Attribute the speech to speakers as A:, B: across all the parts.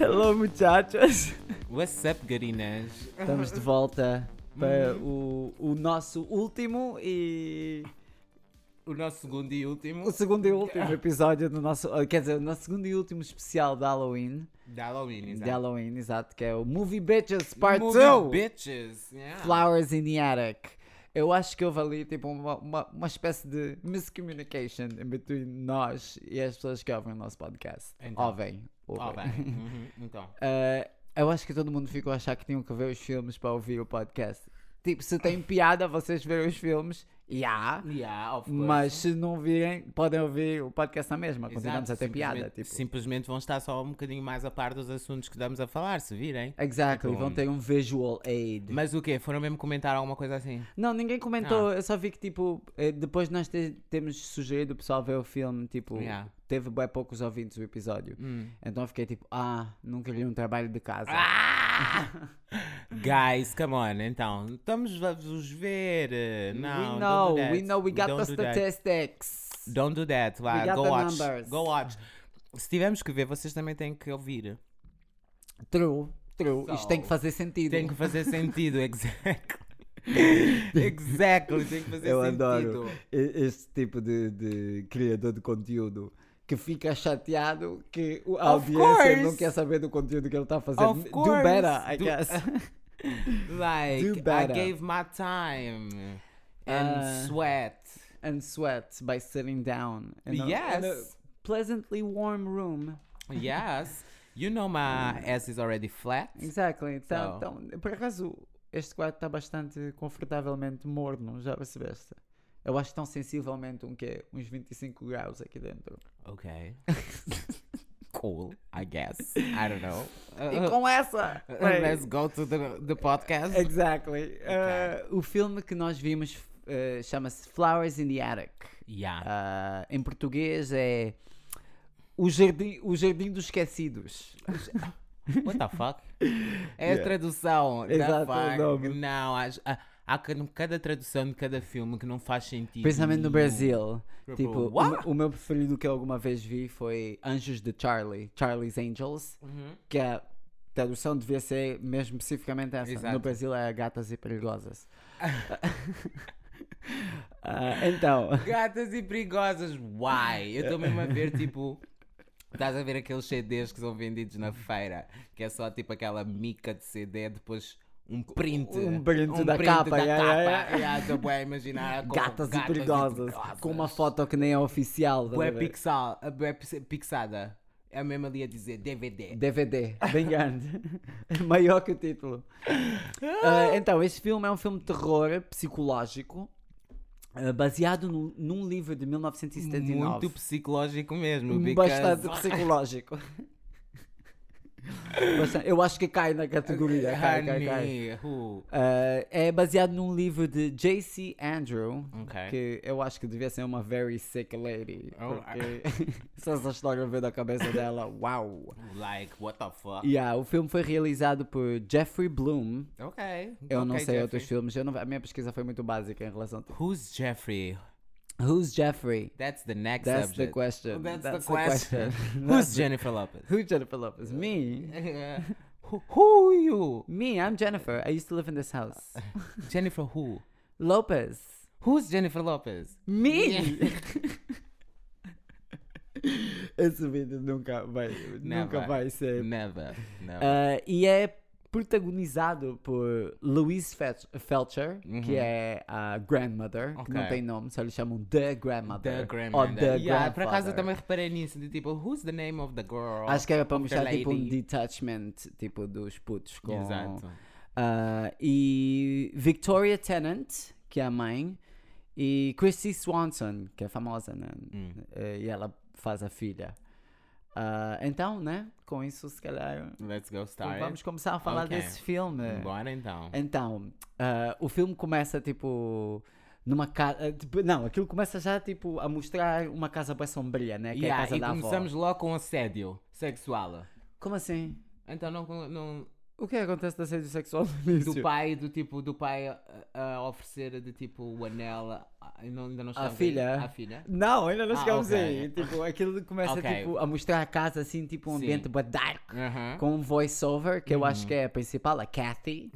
A: Alô, muchachas!
B: What's up, garinas?
A: Estamos de volta para o, o nosso último e.
B: O nosso segundo e último
A: O segundo e último episódio do nosso. ah, Quer dizer, o nosso segundo e último especial de Halloween.
B: de Halloween,
A: De Halloween, exato, que é o Movie Bitches Part
B: Movie
A: 2!
B: bitches. Yeah.
A: Flowers in the Attic. Eu acho que houve ali tipo uma, uma, uma espécie de miscommunication between nós e as pessoas que ouvem o nosso podcast.
B: Então.
A: Ouvem. ouvem.
B: Oh, bem. Uhum, Então.
A: Uh, eu acho que todo mundo ficou a achar que tinham que ver os filmes para ouvir o podcast. Tipo, se tem piada vocês verem os filmes, e há.
B: Yeah, of course.
A: Mas se não virem, podem ouvir o podcast na mesma.
B: Exato,
A: Continuamos a ter piada.
B: simplesmente-
A: Tipo.
B: Simplesmente vão estar só um bocadinho mais a par dos assuntos que damos a falar, se virem.
A: Exactly,
B: Tipo,
A: vão ter um visual aid.
B: Mas o quê? Foram mesmo comentar alguma coisa assim?
A: Não, ninguém comentou.
B: Ah.
A: Eu só vi que, tipo, eh, depois nós te- temos sugerido o pessoal ver o filme. Tipo,
B: Yeah. Hum.
A: teve bem poucos ouvintes o episódio. Então eu fiquei tipo, ah, nunca li um trabalho de casa.
B: Ah, Guys, come on, então. Estamos a vos ver. eh, Não,
A: we know,
B: don't do that.
A: we know, we got the
B: Don't do that.
A: statistics.
B: Don't do that. Vá,
A: We got
B: go
A: the
B: watch.
A: numbers.
B: Go watch. Se tivermos que ver, vocês também têm que ouvir.
A: True, true. Isto tem que
B: So,
A: fazer sentido.
B: Tem que fazer sentido, exactly. exactly, tem que fazer
A: Eu
B: sentido.
A: adoro e- esse tipo de, de criador de conteúdo que fica chateado que o- a
B: Of
A: audiência não
B: course.
A: quer saber do conteúdo que ele está fazendo.
B: Of
A: Do better,
B: course.
A: I
B: Do-
A: guess. Do
B: Like, I
A: better.
B: gave my time and
A: Uh,
B: sweat.
A: and sweat by sitting down. In a, in a
B: Yes,
A: pleasantly warm room.
B: yes. You know my
A: Ah.
B: ass is already flat.
A: Exactly. Então,
B: So.
A: então, por acaso, este quarto está bastante confortavelmente morno, já percebeste? Eu acho que estão sensivelmente um quê? uns 25 graus aqui dentro.
B: Okay. cool, I guess. I don't know.
A: E com essa!
B: Uh,
A: bem,
B: let's go to the, the podcast.
A: Exactly. Uh, o filme que nós vimos uh, chama-se Flowers in the Attic.
B: Yeah.
A: Uh, em português é o jardim, o jardim dos esquecidos.
B: What the fuck? É a tradução. the
A: Exato, é o
B: fuck.
A: nome.
B: Não, há, há- há ca- cada tradução de cada filme que não faz sentido.
A: Principalmente no
B: nenhum.
A: Brasil.
B: Tipo,
A: Tipo, o,
B: what?
A: me- o meu preferido que eu alguma vez vi foi Anjos de Charlie, Charlie's Angels,
B: Uhum.
A: que a tradução devia ser mesmo especificamente essa.
B: Exato.
A: No Brasil é Gatas e Perigosas. Ah, então,
B: Gatas e perigosas, why? Eu estou mesmo a ver, tipo. Estás a ver aqueles CDs que são vendidos na feira, que é só tipo aquela mica de CD, depois um print.
A: Um print da capa, yeah, yeah, yeah.
B: yeah, Estou bem a imaginar. com
A: gatas, e perigosas, com uma foto que nem é oficial. estás a
B: Bué
A: ver?
B: pixel, bué pix- pixada. É mesmo ali a dizer DVD.
A: DVD, bem grande. Maior que o título. Ah, então, este filme é um filme de terror psicológico ah, baseado num- num livro de 1979.
B: Muito psicológico mesmo. because-
A: Bastante psicológico. Bastante- Eu acho que cai na categoria. Cai, cai, cai.
B: Honey, who?
A: Ah, é baseado num livro de J.C. Andrew,
B: Ok.
A: que eu acho que devia ser uma very sick lady.
B: É. Oh,
A: Porque se essa história veio da cabeça dela, uau!
B: Like, what the fuck?
A: Yeah, o filme foi realizado por Jeffrey Bloom.
B: Ok.
A: Eu não
B: ok,
A: sei
B: Jeffrey.
A: outros filmes, eu não- a minha pesquisa foi muito básica em relação a
B: Who's Jeffrey?
A: Who's Jeffrey?
B: That's the next
A: That's the
B: subject.
A: question.
B: Oh, That's,
A: That's
B: the
A: the
B: question.
A: question.
B: Who's Jennifer Lopez?
A: Who's Jennifer Lopez? Me?
B: who, who you?
A: Me, I'm Jennifer. I used to live in this
B: Uh.
A: house.
B: Jennifer who?
A: Lopez.
B: Who's Jennifer Lopez?
A: Me! Esse vídeo nunca vai, nunca
B: Never.
A: vai ser
B: Never. Never.
A: Uh, e é protagonizado por Louise Fet- Felcher, que é a grandmother, que não
B: Uhum. Ok.
A: tem nome, só lhe chamam The Grandmother.
B: the
A: Ou
B: grandmother.
A: The
B: yeah, por acaso eu
A: Grandfather.
B: também reparei nisso, de tipo, who's the name of the girl?
A: Acho que era para
B: of the
A: mostrar tipo um
B: lady?
A: detachment tipo dos putos com.
B: Exato.
A: Uh, e Victoria Tennant, que é a mãe, e Christy Swanson, que é famosa, né?
B: Hum.
A: Eh, E ela faz a filha. Ah, então, né? Com isso, se calhar,
B: Let's go start.
A: vamos começar a falar
B: Tá, é? Ok.
A: desse filme.
B: Bora então.
A: Então, ah, o filme começa tipo numa casa. não, aquilo começa já tipo a mostrar uma casa bem sombria, né? Que é a
B: Yeah,
A: casa
B: e
A: da avó.
B: começamos logo com assédio sexual.
A: Como assim?
B: Então não, não
A: O que é que acontece da assédio sexual no início?
B: Do pai, do tipo, do pai a- a oferecer de tipo o anel, a- a- não, ainda não
A: À
B: está
A: filha?
B: À filha.
A: Não, ainda não
B: Ah,
A: chegámos
B: ok.
A: aí. Tipo, aquilo começa
B: Ok.
A: tipo, a mostrar a casa assim, tipo um
B: Sim.
A: ambiente bué dark.
B: Aham.
A: Com um voice-over, que eu acho que é a principal, a Kathy,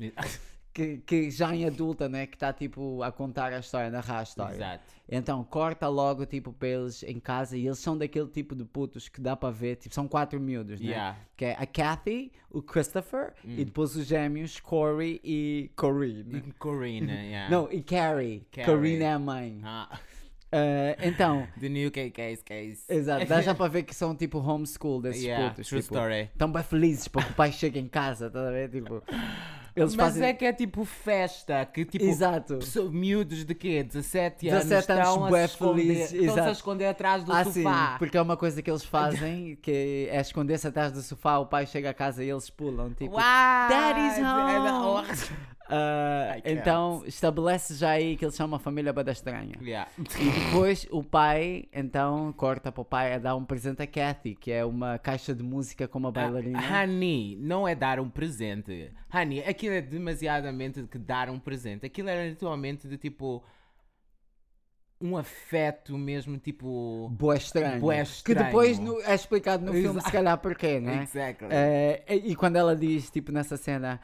A: que, que já em adulta, né, que está tipo a contar a história, a narrar a história.
B: Exato.
A: Então corta logo tipo para eles em casa e eles são daquele tipo de putos que dá para ver, tipo, são quatro miúdos, né?
B: Yeah. Hum.
A: Que é a Kathy, o Christopher e depois os gêmeos Corey e Corrine.
B: Corina, yeah.
A: Não, e Carrie.
B: Carrie.
A: Corrine é a mãe.
B: Ah,
A: Eh, então,
B: the new K case case.
A: exato, dá já para ver que são tipo homeschool desses
B: Yeah,
A: putos.
B: true
A: tipo,
B: story.
A: Estão bem felizes porque o pai chega em casa, tá a ver? Tipo, eles
B: Mas
A: fazem.
B: é que é tipo festa, que tipo.
A: Exato.
B: pessoa- Miúdos de quê? 17 anos
A: 17 anos,
B: estão
A: bué
B: a se esconder,
A: felizes,
B: estão
A: exato.
B: a esconder atrás do
A: Ah, sim,
B: sofá.
A: porque é uma coisa que eles fazem, que é esconder-se atrás do sofá, o pai chega a casa e eles pulam, tipo...
B: Uau!
A: Daddy's
B: é
A: home. ah,
B: I can't.
A: então, estabelece já aí que eles são uma família bada estranha.
B: Yeah.
A: E depois o pai, então, corta para o pai a dar um presente a Kathy, que é uma caixa de música
B: Ah,
A: com uma bailarina.
B: Tá, Honey, não é dar um presente. Honey, aquilo é demasiadamente de que dar um presente. Aquilo era literalmente de tipo. Um afeto mesmo, tipo.
A: Boa estranha.
B: Bué
A: Que
B: estranho.
A: depois no- é explicado no filme, se
B: Exato.
A: calhar, porquê, né?
B: Exactly.
A: Eh, e e quando ela diz, tipo, nessa cena.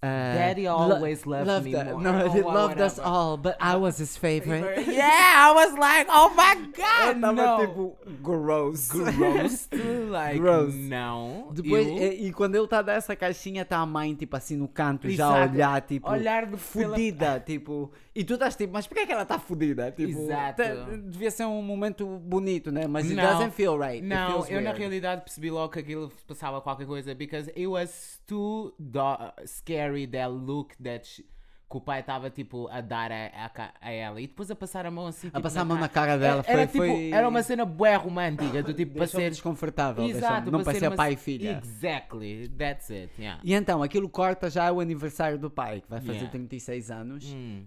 A: eh, "Lo-
B: Daddy always loved me
A: u-
B: more."
A: No,
B: Oh,
A: he
B: wow,
A: loved us
B: whatever.
A: all, but I was his favorite.
B: yeah, I was like, oh my god! no.
A: É, gross.
B: gross. like,
A: tipo, Gross.
B: não.
A: Depois,
B: eu-
A: e, e quando ele tá dessa caixinha, tá a mãe, tipo, assim, no canto, já a
B: Exato.
A: olhar, tipo.
B: Olhar de pela-
A: Fudida, tipo. E tu estás tipo, mas porquê é que ela tá fudida? Tipo,
B: Exato.
A: tá- devia ser um momento bonito, né? Mas it
B: Não.
A: doesn't feel right. It
B: Não,
A: feels
B: eu na
A: weird.
B: realidade percebi logo que aquilo passava qualquer coisa because it was too do- scary that look that she- que o pai estava tipo a dar a, a ca- a ela e depois a passar a mão assim tipo,
A: passar a mão na cara dela,
B: era, era,
A: foi-
B: tipo,
A: foi-
B: era uma cena bué romântica do tipo para
A: Deixou-me
B: ser
A: desconfortável. deixou-me-
B: Exato,
A: não
B: para ser
A: parecia
B: uma-
A: pai e filha.
B: Exactly, that's it. Yeah.
A: E então, aquilo corta já o aniversário do pai, que vai fazer
B: Yeah.
A: 36 anos.
B: Hum.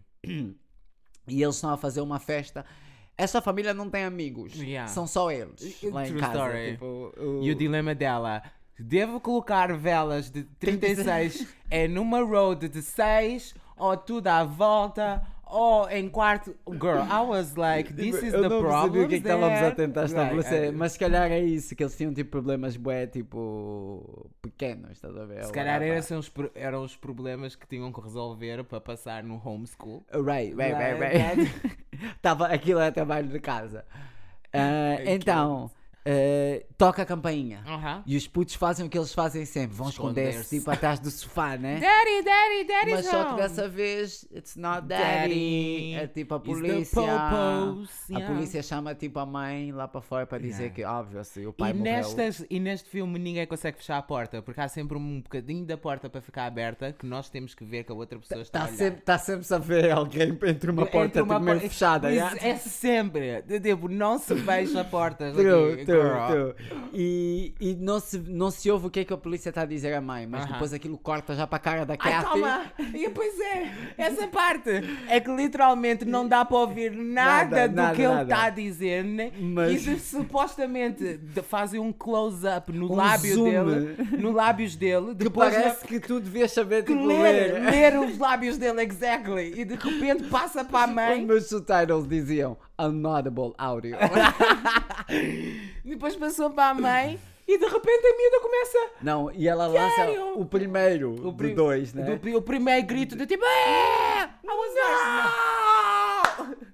A: E eles estão a fazer uma festa. Essa família não tem amigos.
B: Yeah.
A: São só eles.
B: True
A: Lá em casa.
B: story.
A: Tipo, o-
B: E o dilema dela: devo colocar velas de 36 em numa road de 6 ou tudo à volta? Ou em quarto. Girl, I was like, this is
A: eu
B: the
A: não
B: problem.
A: percebi o que é que estávamos a tentar estabelecer,
B: estabelecer.
A: mas se calhar é isso, que eles tinham tipo problemas bué, tipo, pequenos, estás a ver?
B: Se calhar
A: Whatever.
B: eram os, pro- eram os problemas que tinham que resolver para passar no homeschool.
A: Right, right, right,
B: Right,
A: right. Tava, aquilo é trabalho de casa. Ah, então, eh, toca a campainha.
B: Aham.
A: E os putos fazem o que eles fazem sempre, vão esconder-se
B: Esconder-se.
A: tipo atrás do sofá, né?
B: Daddy, daddy, daddy,
A: Mas só que dessa vez, it's not daddy.
B: Daddy.
A: É tipo a
B: It's
A: polícia.
B: the popos,
A: A
B: yeah.
A: polícia chama tipo a mãe lá para fora para dizer
B: Yeah.
A: que, óbvio, assim, o pai
B: E,
A: morreu.
B: nestas, e neste filme ninguém consegue fechar a porta, porque há sempre um bocadinho da porta para ficar aberta que nós temos que ver que a outra pessoa
A: Está
B: está, a olhar.
A: sempre, tá sempre a ver alguém entre uma
B: Entre
A: porta tipo, meio
B: por-
A: fechada.
B: Isso
A: yeah?
B: É sempre. De- Tipo, não se fecha portas.
A: True,
B: aqui,
A: true,
B: girl.
A: true. E, e não, se, não se ouve o que é que a polícia está a dizer à mãe, mas
B: Aham.
A: depois aquilo corta já para a cara da
B: Ai,
A: Kathy.
B: calma! E pois é, essa parte é que literalmente não dá para ouvir nada,
A: Nada,
B: do
A: nada,
B: que ele
A: nada.
B: está a dizer, né?
A: Mas-
B: E de- supostamente de- fazem um close-up no
A: Um
B: lábio
A: zoom.
B: dele, no lábios dele,
A: Que
B: depois na-
A: parece que tu devias saber
B: que
A: tipo,
B: ler,
A: ler.
B: ler os lábios dele, exactly. E de repente passa para a
A: Os
B: mãe.
A: meus subtitles diziam Unaudible Audio.
B: Depois passou para a mãe e de repente a miúda começa
A: Não, e ela lança
B: Sério?
A: o primeiro
B: o
A: de
B: prim-
A: dois, né?
B: do pri- o primeiro grito de tipo "Ah, I was like,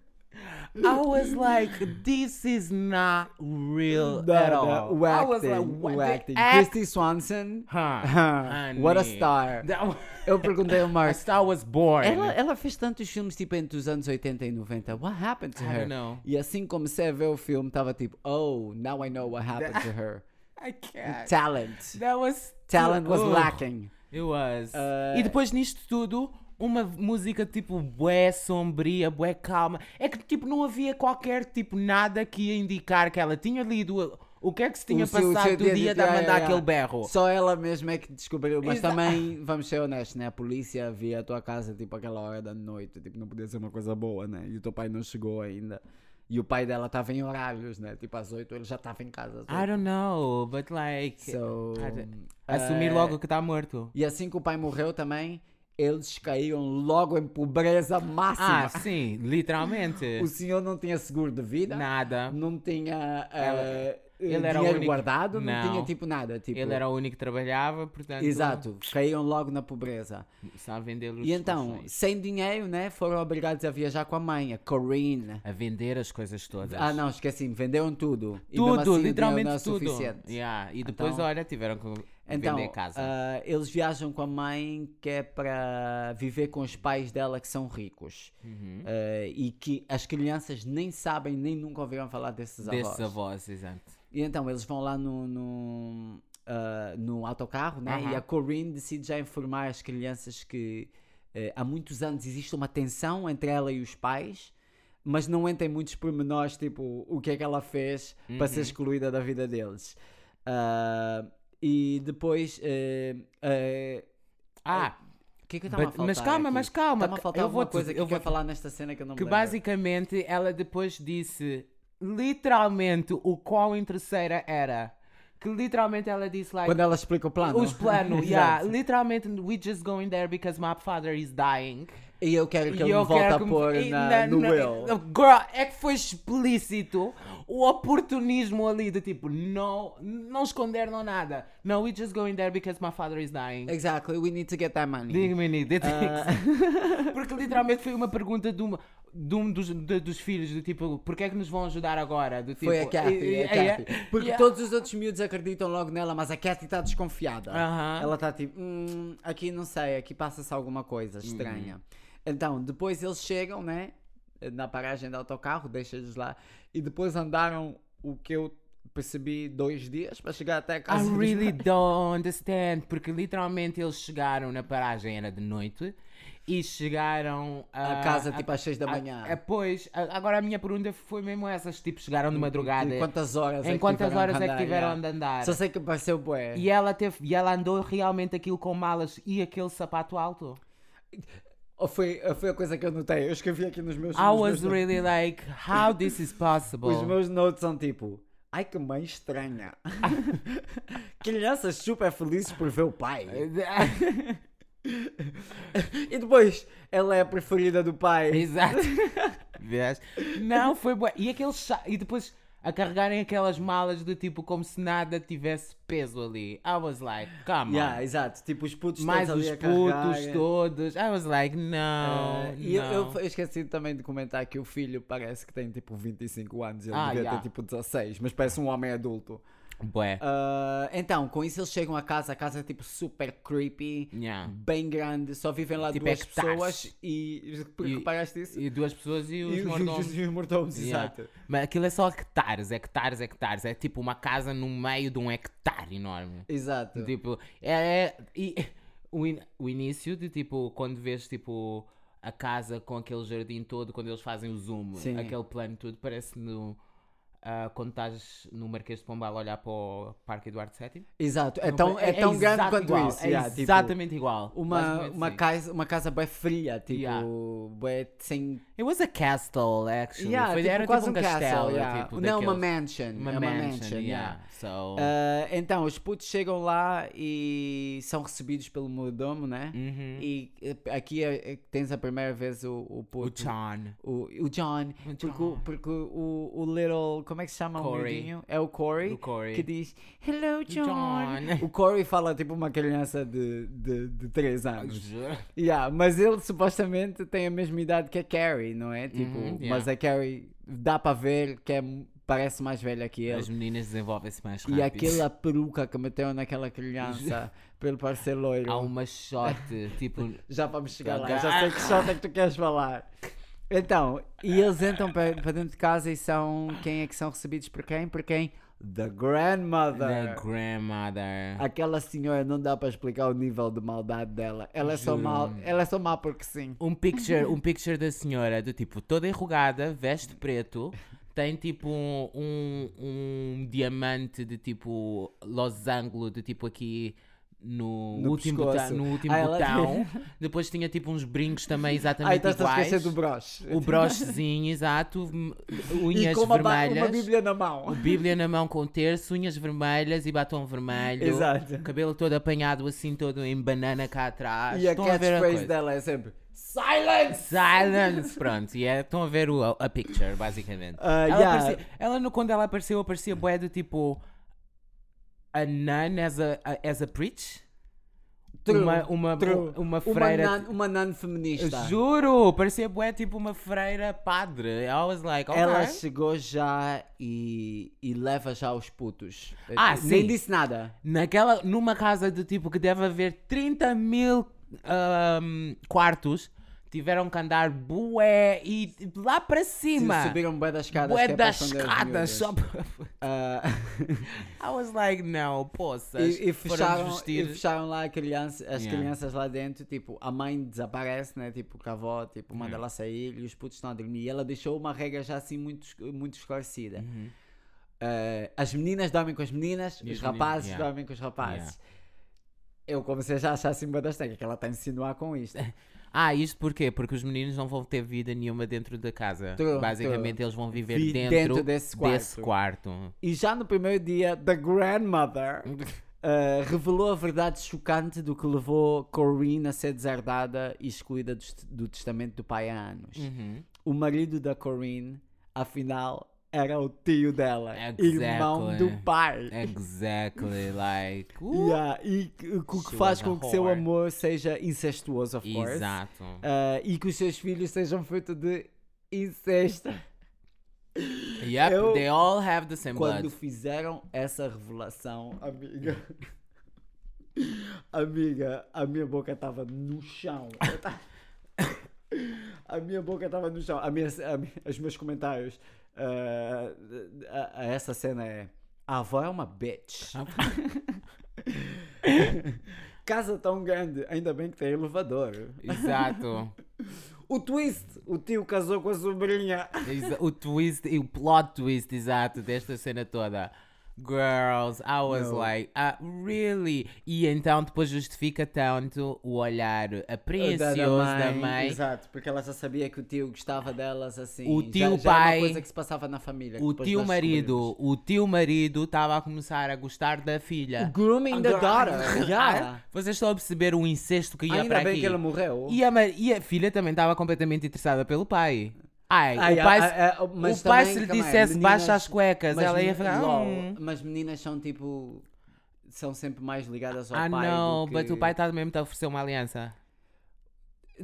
B: "No!" I was like, this is not real at
A: Nada,
B: all.
A: O
B: I was
A: acting,
B: like,
A: o
B: the
A: acting.
B: act-
A: Christy Swanson,
B: Huh,
A: huh, what a
B: honey.
A: star.
B: That was-
A: Eu perguntei ao
B: a
A: Mark,
B: star was born.
A: ela, ela fez tantos filmes tipo entre os anos 80 e 90, what happened to
B: I
A: her?
B: don't know.
A: E assim comecei a ver o filme, estava tipo, oh, now I know what happened to her.
B: I can't.
A: Talent.
B: That was
A: Talent was
B: Ugh.
A: lacking.
B: It was.
A: Uh,
B: e depois nisto tudo, uma música tipo bué sombria, bué calma. É que tipo não havia qualquer tipo nada que ia indicar que ela tinha lido o que é que se tinha
A: O seu- o seu
B: passado do
A: de-
B: dia de mandar
A: yeah, yeah,
B: aquele
A: yeah.
B: berro.
A: Só ela mesma é que descobriu, mas
B: Exa-
A: também, vamos ser honestos, né? A polícia via a tua casa tipo aquela hora da noite, tipo, não podia ser uma coisa boa, né? E o teu pai não chegou ainda. E o pai dela estava em horários, né? Tipo, às 8 ele já estava em casa. às
B: I don't know, but like.
A: So, um, ah,
B: I don't- assumir logo que está morto.
A: E assim que o pai morreu também, eles caíram logo em pobreza máxima.
B: Ah, sim, literalmente.
A: o senhor não tinha seguro de vida,
B: Nada.
A: não tinha eh,
B: Ela- ele era o
A: dinheiro
B: único-
A: guardado, não.
B: Não.
A: tinha tipo nada. Tipo,
B: Ele era um o único que trabalhava, portanto.
A: Exato, caíram logo na pobreza.
B: Só a vender os
A: E então,
B: colchões.
A: sem dinheiro, né, foram obrigados a viajar com a mãe, a Corinne.
B: A vender as coisas todas.
A: Ah, não, esqueci, venderam tudo. E mesmo assim, o
B: Tudo,
A: dinheiro
B: literalmente
A: não era
B: tudo.
A: suficiente.
B: Yeah, E depois,
A: Então-
B: olha, tiveram que
A: Então,
B: vender a casa.
A: ah, eles viajam com a mãe que é para viver com os pais dela que são ricos.
B: Uhum.
A: Ah, e que as crianças nem sabem, nem nunca ouviram falar desses avós.
B: Desses avós, exato.
A: E então, eles vão lá no, no, ah, no autocarro, né?
B: Aham.
A: E a Corinne decide já informar as crianças que eh, há muitos anos existe uma tensão entre ela e os pais, mas não entra em muitos pormenores, tipo, o que é que ela fez para
B: Uhum.
A: ser excluída da vida deles. Ah, e depois... eh, eh,
B: Ah,
A: o que é que eu estava a
B: But-
A: faltar
B: mas calma,
A: aqui?
B: mas calma,
A: Estava a faltar
B: eu
A: alguma
B: vou-te-
A: coisa que
B: eu
A: eu vou
B: vou-
A: falar nesta cena que eu não
B: que
A: me lembro.
B: basicamente ela depois disse literalmente o quão interesseira era. Que literalmente ela disse, like,
A: Quando ela explica o plano.
B: os planos, yeah,
A: Exato.
B: literalmente, we just going there because my father is dying.
A: E eu quero que
B: E
A: ele
B: eu
A: me volte
B: quero
A: a
B: que me-
A: pôr
B: e
A: na-
B: na-
A: no
B: na-
A: will.
B: Girl, é que foi explícito o oportunismo ali de tipo, não, não esconderam nada. No, we just going there because my father is
A: É
B: dying.
A: Exactly, we need to get that money.
B: Diga-me, Nid, it
A: Ah.
B: Porque literalmente foi uma pergunta de, uma, de um dos, de- dos filhos, do tipo, porquê é que nos vão ajudar agora? Do tipo,
A: Foi a Kathy,
B: eh,
A: a
B: eh,
A: Kathy.
B: eh,
A: Porque
B: yeah.
A: todos os outros miúdos acreditam logo nela, mas a Kathy está desconfiada.
B: Aham.
A: Ela está tipo, "Hum, aqui não sei, aqui passa-se alguma coisa estranha. Então, depois eles chegam, né? Na paragem do autocarro, deixa-lhes lá. E depois andaram o que eu percebi dois dias para chegar até a
B: I
A: casa. dos
B: really don't understand. Porque literalmente eles chegaram na paragem, era de noite, e chegaram
A: a casa tipo
B: Ah,
A: às 6 da manhã.
B: a- a- é, pois, a- agora a minha pergunta foi mesmo essa: tipo, chegaram de madrugada.
A: em quantas horas
B: em
A: é que
B: quantas
A: Hum, tiveram
B: horas é que tiveram
A: yeah.
B: de andar?
A: Só sei que pareceu bué.
B: E ela, teve, e ela andou realmente aquilo com malas e aquele sapato alto?
A: Ou Foi, foi a coisa que eu notei. Eu escrevi aqui nos meus,
B: I
A: nos
B: was
A: meus
B: really like, how this is possible?
A: Os meus notes são tipo. Ai que mãe estranha. Crianças super felizes por ver o
B: É
A: pai. E depois, ela é a preferida do pai.
B: Exato. Vês? Não, foi boa. E aqueles cha- E depois a carregarem aquelas malas do tipo como se nada tivesse peso ali. I was like, come
A: Yeah,
B: on.
A: exato. Tipo, os putos
B: Mais
A: todos
B: os
A: ali a
B: putos
A: carregarem.
B: todos. I was like, não.
A: Ah, e eu,
B: não.
A: eu esqueci também de comentar que o filho parece que tem tipo 25 anos, ele
B: Ah,
A: devia
B: yeah.
A: ter tipo 16, mas parece um homem adulto.
B: Bué.
A: Ah, então, com isso eles chegam à casa, a casa é tipo super creepy,
B: Yeah.
A: bem grande, só vivem lá
B: Tipo
A: duas
B: hectares.
A: pessoas e
B: E-
A: reparaste isso?
B: E duas pessoas e os
A: E
B: mordomos.
A: e os mordomos,
B: Yeah.
A: exato.
B: Mas aquilo é só hectares, hectares, hectares. É tipo uma casa no meio de um hectare enorme.
A: Exato.
B: Tipo, é. é- e, o, in- o início de tipo, quando vês tipo a casa com aquele jardim todo, quando eles fazem o zoom,
A: Sim.
B: aquele plano todo, parece no. ah, quando estás no Marquês de Pombal a olhar para o Parque Eduardo VII.
A: Exato. É tão, é
B: É
A: tão grande
B: exato
A: quanto
B: igual,
A: isso.
B: É
A: yeah, tipo,
B: exatamente igual.
A: uma,
B: basicamente
A: uma,
B: sim.
A: casa, uma casa bem fria, tipo,
B: Yeah.
A: bué sem.
B: It was a castle, actually.
A: Yeah,
B: Foi,
A: tipo,
B: era
A: quase
B: tipo um
A: castle,
B: castelo.
A: yeah.
B: tipo,
A: Não, uma
B: daqueles-
A: mansion.
B: Uma,
A: é
B: mansion,
A: yeah.
B: yeah. So,
A: Ah, então, os putos chegam lá e são recebidos pelo mordomo, né?
B: uhum.
A: E eh, aqui é- é que tens a primeira vez o, o
B: O
A: puto.
B: John.
A: O, o John,
B: O
A: porque,
B: John.
A: o, porque o, o Little. Como é que se chama
B: Corey.
A: o miudinho? É o Corey.
B: O Corey.
A: Que diz Hello, John.
B: John.
A: O Corey fala tipo uma criança de, de, de 3 anos.
B: Juro.
A: Yeah, mas ele supostamente tem a mesma idade que a Carrie, não é? Tipo,
B: Uhum, yeah.
A: Mas a Carrie dá para ver que é, parece mais velha que ele.
B: As meninas desenvolvem-se mais rápido.
A: E aquela peruca que meteu naquela criança pelo parecer loiro.
B: Há uma shot, tipo.
A: Já vamos chegar lá,
B: Ok.
A: já sei que shot é que tu queres falar. Então, e eles entram para dentro de casa e são. Quem é que são recebidos por quem? Por quem? The
B: The
A: grandmother.
B: grandmother.
A: Aquela senhora não dá para explicar o nível de maldade dela. Ela é só mal, ela é só má porque sim.
B: Um picture, um picture da senhora, do tipo, toda enrugada, veste preto, tem tipo um, um, um diamante de tipo losango, de tipo aqui no,
A: No
B: último,
A: pescoço.
B: botão- no último
A: Ah, ela-
B: botão. Depois tinha tipo uns brincos também
A: Ai,
B: exatamente
A: Ah, então estás a
B: iguais.
A: esquecer do broche.
B: O brochezinho, exato. m- Unhas
A: e com uma, ba-
B: vermelhas.
A: uma bíblia na mão.
B: Bíblia na mão com terço, unhas vermelhas e batom vermelho.
A: Exato.
B: O cabelo todo apanhado assim, todo em banana cá atrás.
A: E a
B: Estão a ver a
A: catchphrase
B: coisa.
A: dela é sempre Silence!
B: Silence! Pronto, e é- estão a ver o, a picture, basicamente.
A: Ah,
B: ela,
A: yeah.
B: parecia- ela no- quando ela apareceu, aparecia boé do tipo. A nun as a, a- as a preach?
A: True,
B: uma, uma,
A: true.
B: uma
A: Uma
B: freira.
A: nan, uma nan feminista.
B: Juro! Parecia boé tipo uma freira padre. I was like, okay.
A: Ela chegou já e, e leva já os putos.
B: Ah,
A: Eh, Nem
B: sim.
A: disse nada.
B: Naquela, numa casa do tipo que deve haver 30 mil ahm, quartos, tiveram que andar bué e lá para cima.
A: Subiram bué das escadas. que
B: Bué
A: é
B: das
A: para esconder os
B: escadas.
A: miúdos.
B: Só...
A: Ah,
B: I was like, não, poças.
A: e, e
B: foram
A: fecharam, e
B: vestir.
A: fecharam lá a criança, as
B: Yeah.
A: crianças lá dentro. Tipo, a mãe desaparece, né? Tipo, com a avó, tipo, manda ela sair e os putos estão a dormir. E ela deixou uma regra já assim muito, esc- muito esclarecida. Eh, as meninas dormem com as meninas,
B: Uhum. E
A: os
B: os meninos-
A: rapazes
B: yeah.
A: dormem com os rapazes. Eu comecei já a achar assim bué das técnicas, que ela está a insinuar com isto.
B: Ah, isto porquê? Porque os meninos não vão ter vida nenhuma dentro da casa.
A: True,
B: Basicamente, eles vão viver
A: Vi-
B: dentro,
A: dentro desse
B: quarto.
A: E já no primeiro dia, The Grandmother eh, revelou a verdade chocante do que levou Corinne a ser deserdada e excluída do, est- do testamento do pai há anos.
B: Uhum.
A: O marido da Corinne, afinal, era o tio dela,
B: É, Exactly. É.
A: irmão do pai.
B: Exactly, like. uh,
A: Yeah, e que- o que o que
B: She
A: faz
B: was a
A: com que seu
B: whore.
A: amor seja incestuoso, of course.
B: uh, Exato.
A: Eh, e que os seus filhos sejam fruto de incesto.
B: Yep,
A: É, Eu-
B: they all have the same
A: Quando
B: blood.
A: fizeram essa revelação, amiga. Amiga, a minha boca estava no chão. Eu ta- A minha boca estava no chão. A minha, a mi- os meus comentários ah, a, a essa cena é: A avó é uma bitch. Casa tão grande, ainda bem que tem elevador.
B: Exato.
A: O twist: o tio casou com a sobrinha.
B: Exa- o twist e o plot twist exato desta cena toda. Girls, I was
A: Não.
B: like, ah, really? E então depois justifica tanto o olhar aprencioso da mãe.
A: Exato, porque ela já sabia que o tio gostava delas assim.
B: O
A: já-
B: tio
A: já, era
B: pai-
A: uma coisa que se passava na família. É que
B: O
A: depois
B: tio
A: nós
B: marido, o tio marido estava a começar a gostar da filha.
A: descobrimos. Grooming the daughter. yeah.
B: Vocês estão a perceber o incesto que
A: Ah,
B: ia
A: Ainda
B: para
A: bem
B: aqui.
A: que ele morreu.
B: E a, ma- e a filha também estava completamente interessada pelo pai. Ai,
A: Ai,
B: o
A: a-
B: pai,
A: a-
B: se-
A: a- a- mas
B: o pai
A: também,
B: se lhe
A: calma aí,
B: dissesse baixa
A: meninas-
B: as cuecas, ela ia
A: meni-
B: falar.
A: lol,
B: "Hum."
A: Mas meninas são tipo. São sempre mais ligadas ao
B: Ah,
A: pai. do
B: não,
A: que-
B: mas o pai está mesmo tá a oferecer uma aliança.